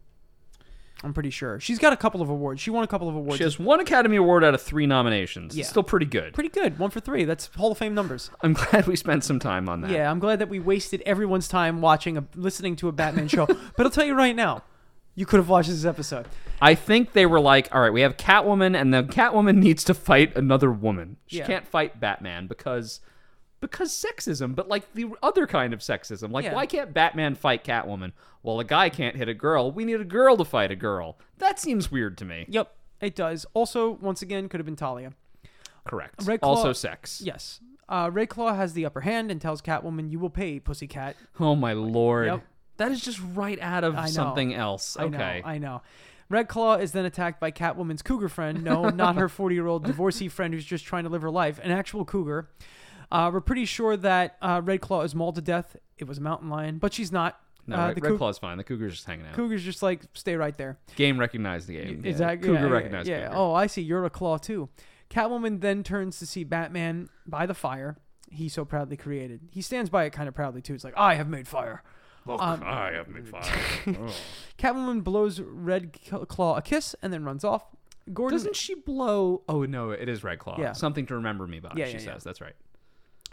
S1: I'm pretty sure. She's got a couple of awards. She won a couple of awards.
S2: She has one Academy Award out of three nominations.
S1: Yeah.
S2: It's still pretty good.
S1: pretty good. One for three. That's Hall of Fame numbers.
S2: I'm glad we spent some time on that.
S1: Yeah, I'm glad that we wasted everyone's time watching a listening to a Batman show. but I'll tell you right now, you could have watched this episode.
S2: I think they were like, all right, we have Catwoman, and then Catwoman needs to fight another woman. She
S1: Yeah.
S2: can't fight Batman because because sexism, but like the other kind of sexism. Like,
S1: Yeah.
S2: why can't Batman fight Catwoman? Well, a guy can't hit a girl. We need a girl to fight a girl. That seems weird to me.
S1: Yep, it does. Also, once again, could have been Talia.
S2: Correct.
S1: Red Claw-
S2: also, sex.
S1: Yes. Uh, Ray Claw has the upper hand and tells Catwoman, "You will pay, pussycat."
S2: Oh my lord.
S1: Yep.
S2: That is just right out of
S1: know.
S2: something else.
S1: I
S2: Okay.
S1: know. I know. Red Claw is then attacked by Catwoman's cougar friend. No, not her 40 year old divorcee friend who's just trying to live her life, an actual cougar. Uh, we're pretty sure that uh, Red Claw is mauled to death. It was a mountain lion, but she's not.
S2: no,
S1: uh,
S2: Red,
S1: the
S2: Red
S1: cou-
S2: Claw's fine. The Cougar's just hanging out.
S1: cougar's just like, stay right there.
S2: game recognized the game. Yeah.
S1: Exactly.
S2: Cougar
S1: yeah,
S2: recognized
S1: Yeah.
S2: Cougar.
S1: Oh, I see. You're a claw too. Catwoman then turns to see Batman by the fire he so proudly created. He stands by it kind of proudly too. It's like I have made fire.
S2: Look,
S1: um,
S2: I have been fine.
S1: Catwoman blows Red Claw a kiss and then runs off. Gordon.
S2: Doesn't she blow? Oh no, it is Red Claw.
S1: Yeah.
S2: Something to remember me by.
S1: Yeah,
S2: she
S1: yeah,
S2: says
S1: yeah.
S2: that's right.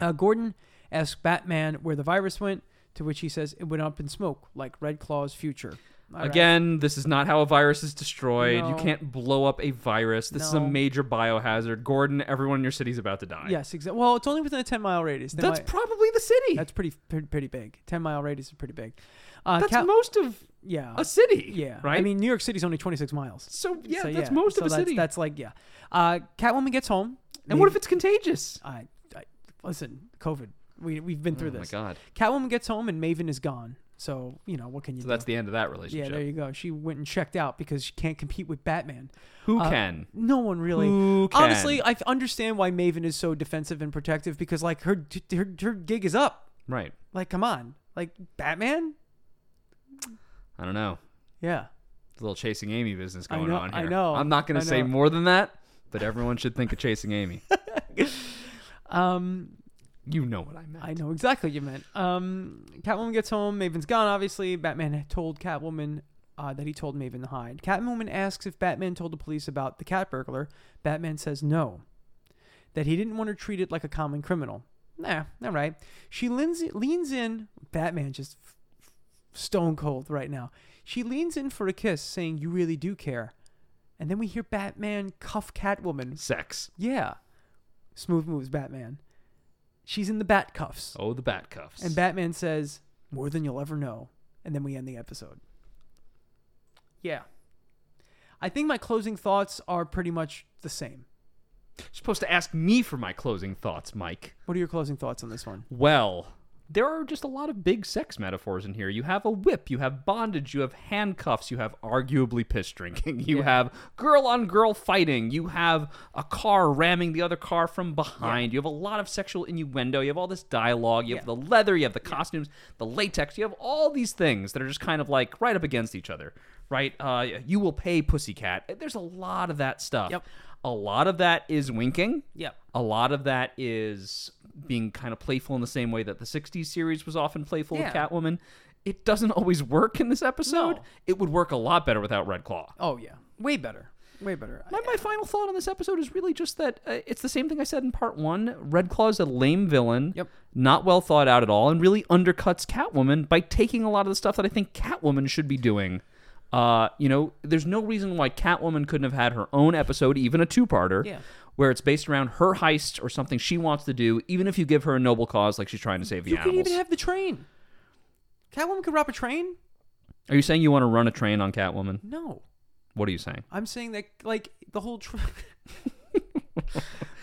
S1: Uh, Gordon asks Batman where the virus went, to which he says it went up in smoke, like Red Claw's future. All right.
S2: Again, this is not how a virus is destroyed. You
S1: No.
S2: can't blow up a virus. This is a
S1: No.
S2: major biohazard. Gordon, everyone in your city's about to die.
S1: Yes, exactly. Well, it's only within a 10 mile radius. They
S2: That's
S1: might-
S2: probably the city. That's,
S1: that's pretty, pretty pretty big. 10 mile radius is pretty big. Uh, Cal-
S2: most of
S1: yeah.
S2: a city.
S1: yeah.
S2: Right?
S1: I mean, New York City's only 26 miles.
S2: so yeah,
S1: So,
S2: that's most
S1: So
S2: of a
S1: that's-
S2: city.
S1: That's like, yeah. Uh, Catwoman gets home.
S2: and what if it's contagious?
S1: I, I, listen, COVID. We, we've been through
S2: Oh my
S1: this.
S2: God.
S1: Catwoman gets home and Maven is gone. So, you know, what can you
S2: So
S1: do?
S2: that's the end of that
S1: yeah,
S2: relationship.
S1: there you go. She went and checked out because she can't compete with Batman.
S2: Who
S1: Uh,
S2: can?
S1: No one really.
S2: Who can?
S1: Honestly, I f- understand why Maven is so defensive and protective because like her t- her, her gig is up.
S2: Right.
S1: Like, come on, like Batman.
S2: I don't know.
S1: Yeah,
S2: There's a little chasing Amy business
S1: I
S2: going
S1: know-
S2: on
S1: I
S2: here.
S1: know.
S2: I'm not going
S1: I
S2: to say
S1: know.
S2: more than that, but everyone should think of chasing Amy.
S1: um,
S2: You know what I meant.
S1: I know exactly what you meant. Um, Catwoman gets home. Maven's gone. Obviously, Batman had told Catwoman. Uh, that he told Maven to hide. Catwoman asks if Batman told the police about the cat burglar. Batman says no. That he didn't want her treated like a common criminal. Nah, all right. She leans, leans in. Batman just f- f- stone cold right now. She leans in for a kiss, saying, You really do care. And then we hear Batman cuff Catwoman.
S2: Sex.
S1: Yeah. Smooth moves, Batman. She's in the bat cuffs.
S2: Oh, the bat cuffs.
S1: And Batman says, More than you'll ever know. And then we end the episode. Yeah. I think my closing thoughts are pretty much the same.
S2: You're supposed to ask me for my closing thoughts, Mike.
S1: What are your closing thoughts on this one?
S2: Well, there are just a lot of big sex metaphors in here. You have a whip, you have bondage, you have handcuffs, you have arguably piss drinking, you have girl on girl fighting, you have a car ramming the other car from behind, you have a lot of sexual innuendo, you have all this dialogue, you have
S1: Yeah.
S2: the leather, you have the costumes, the latex, you have all these things that are just kind of like right up against each other, right? Uh, you will pay pussycat. There's a lot of that stuff.
S1: Yep.
S2: A lot of that is winking.
S1: Yep.
S2: A lot of that is being kind of playful in the same way that the 60s series was often playful with
S1: Yeah.
S2: Catwoman. It doesn't always work in this episode.
S1: No.
S2: It would work a lot better without Red Claw.
S1: Oh, yeah. Way better. Way better.
S2: My, my final thought on this episode is really just that uh, it's the same thing I said in part one. Red Claw's a lame villain,
S1: Yep.
S2: not well thought out at all, and really undercuts Catwoman by taking a lot of the stuff that I think Catwoman should be doing. Uh, you know, there's no reason why Catwoman couldn't have had her own episode, even a two-parter,
S1: Yeah.
S2: where it's based around her heist or something she wants to do, even if you give her a noble cause like she's trying to save the
S1: You could
S2: animals.
S1: even have the train. Catwoman could rob a train?
S2: Are you saying you want to run a train on Catwoman?
S1: No.
S2: What are you saying?
S1: I'm saying that, like, the whole. Tra-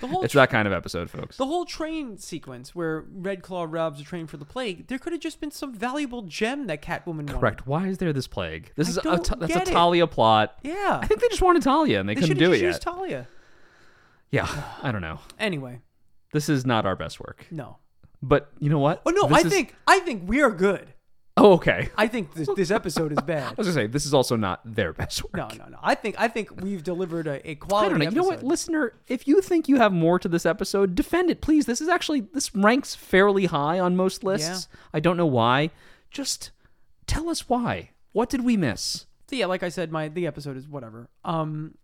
S1: the whole
S2: It's that kind of episode, folks.
S1: The whole train sequence where Red Claw robs a train for the plague, there could have just been some valuable gem that Catwoman wanted.
S2: Correct. Why is there this plague? This
S1: I
S2: is a
S1: don't
S2: t- that's
S1: get
S2: a
S1: it.
S2: Talia plot.
S1: Yeah.
S2: I think they just wanted Talia and they,
S1: they
S2: couldn't
S1: should
S2: do
S1: have
S2: it
S1: just used
S2: yet.
S1: Talia.
S2: yeah, I don't know.
S1: Anyway,
S2: This is not our best work,
S1: no.
S2: but you know what?
S1: Oh no,
S2: This
S1: I
S2: is-
S1: think I think we are good.
S2: Oh, okay.
S1: I think this, this episode is
S2: I
S1: bad.
S2: was gonna say this is also not their best work.
S1: No, no, no. I think I think we've delivered a, a
S2: I
S1: quality.
S2: don't know. You know what,
S1: episode.
S2: listener? If you think you have more to this episode, defend it, please. This is actually this ranks fairly high on most lists. I don't know why. Just tell us why. What did we miss?
S1: So yeah, like I said, my the episode is whatever. Um,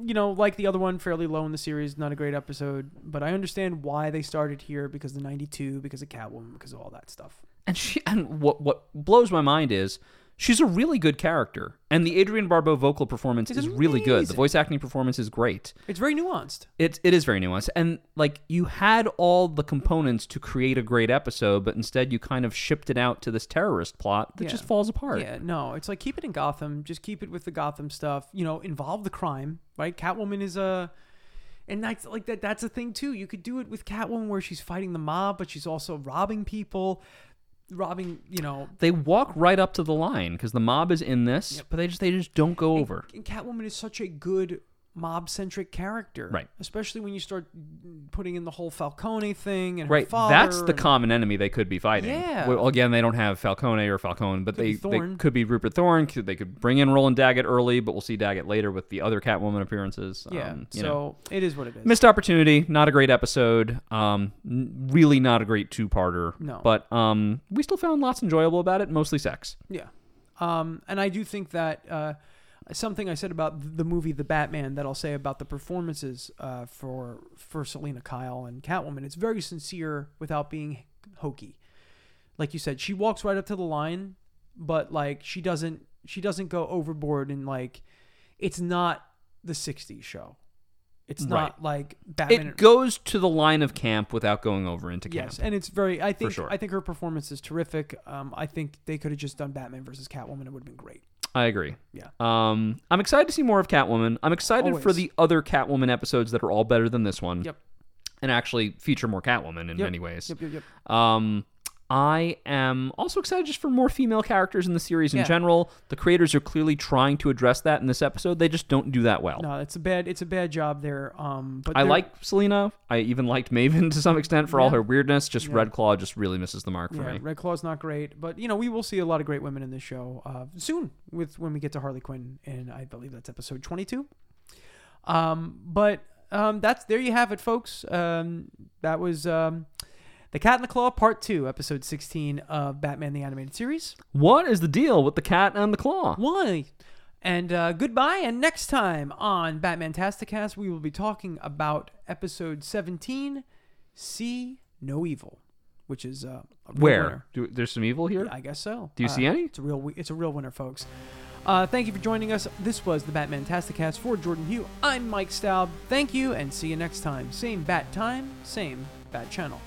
S1: you know, like the other one, fairly low in the series, not a great episode. But I understand why they started here because the '92, because of Catwoman, because of all that stuff.
S2: And she and what what blows my mind is she's a really good character, and the Adrian Barbeau vocal performance is really good. The
S1: amazing.
S2: voice acting performance is great.
S1: It's very nuanced.
S2: It it is very nuanced, and like you had all the components to create a great episode, but instead you kind of shipped it out to this terrorist plot that
S1: Yeah.
S2: just falls apart.
S1: Yeah, no, it's like keep it in Gotham. Just keep it with the Gotham stuff. You know, involve the crime, right? Catwoman is a, and that's like that. That's a thing too. You could do it with Catwoman where she's fighting the mob, but she's also robbing people, robbing. You know,
S2: They walk right up to the line because the mob is in this, but they just they just don't go over.
S1: and Catwoman is such a good mob-centric character,
S2: Right.
S1: Especially when you start putting in the whole Falcone thing and her
S2: Right,
S1: father
S2: that's the
S1: and-
S2: common enemy they could be fighting.
S1: Yeah.
S2: Well, again, they don't have Falcone or Falcone, but they,
S1: be
S2: they
S1: Thorne.
S2: could be Rupert Thorne. could- They could bring in Roland Daggett early, but we'll see Daggett later with the other Catwoman appearances.
S1: Yeah,
S2: Um, you
S1: so
S2: know.
S1: it is what it is.
S2: missed opportunity. Not a great episode. Um, n- really not a great two-parter.
S1: No.
S2: but um, we still found lots enjoyable about it. Mostly sex.
S1: Yeah. Um, and I do think that uh, something I said about th- the movie The Batman that I'll say about the performances uh, for for Selena Kyle and Catwoman. It's very sincere without being hokey. Like you said, she walks right up to the line, but like she doesn't she doesn't go overboard and like it's not the '60s show. It's not like Batman.
S2: It goes to the line of camp without going over into camp.
S1: Yes, and it's very. I think.
S2: sure.
S1: I think her performance is terrific. Um, I think they could have just done Batman versus Catwoman. It would have been great.
S2: I agree.
S1: Yeah.
S2: Um, I'm excited to see more of Catwoman. I'm excited for
S1: Always.
S2: the other Catwoman episodes that are all better than this one.
S1: Yep.
S2: And actually feature more Catwoman in many ways.
S1: Yep. Yep. Yep.
S2: Um, I am also excited just for more female characters in the series in
S1: Yeah.
S2: general. The creators are clearly trying to address that in this episode. They just don't do that well.
S1: No, it's a bad. It's a bad job there. Um, but
S2: I
S1: they're-
S2: like Selena. I even liked Maven to some extent for all her weirdness. Just Red Claw just really misses the mark for
S1: Yeah,
S2: me.
S1: Red Claw's not great, but you know we will see a lot of great women in this show uh, soon with when we get to Harley Quinn, and I believe that's episode twenty-two. Um, but um, that's there you have it, folks. Um, that was um, the Cat and the Claw Part Two, Episode sixteen of Batman the Animated Series.
S2: What is the deal with the cat and the claw?
S1: Why? And uh, goodbye. And next time on Batman Tasticast, we will be talking about episode 17, See No Evil, which is uh, a real
S2: Where?
S1: winner.
S2: Do, there's some evil here?
S1: I guess so.
S2: Do you
S1: Uh,
S2: see any?
S1: It's a real. It's a real winner, folks. Uh, thank you for joining us. This was the Batman Tasticast for Jordan Hugh. I'm Mike Staub. Thank you, and see you next time. Same bat time, same bat channel.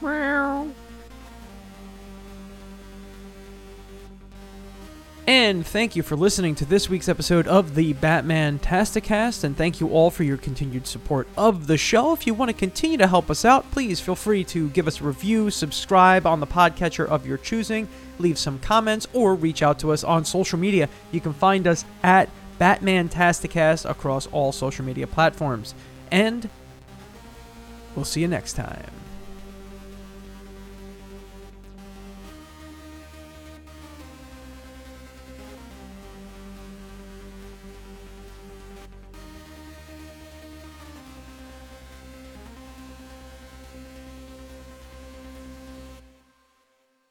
S1: And thank you for listening to this week's episode of the Batman Tasticast, and thank you all for your continued support of the show. If you want to continue to help us out, please feel free to give us a review, subscribe on the podcatcher of your choosing, leave some comments, or reach out to us on social media. You can find us at Batman Tasticast across all social media platforms. And we'll see you next time.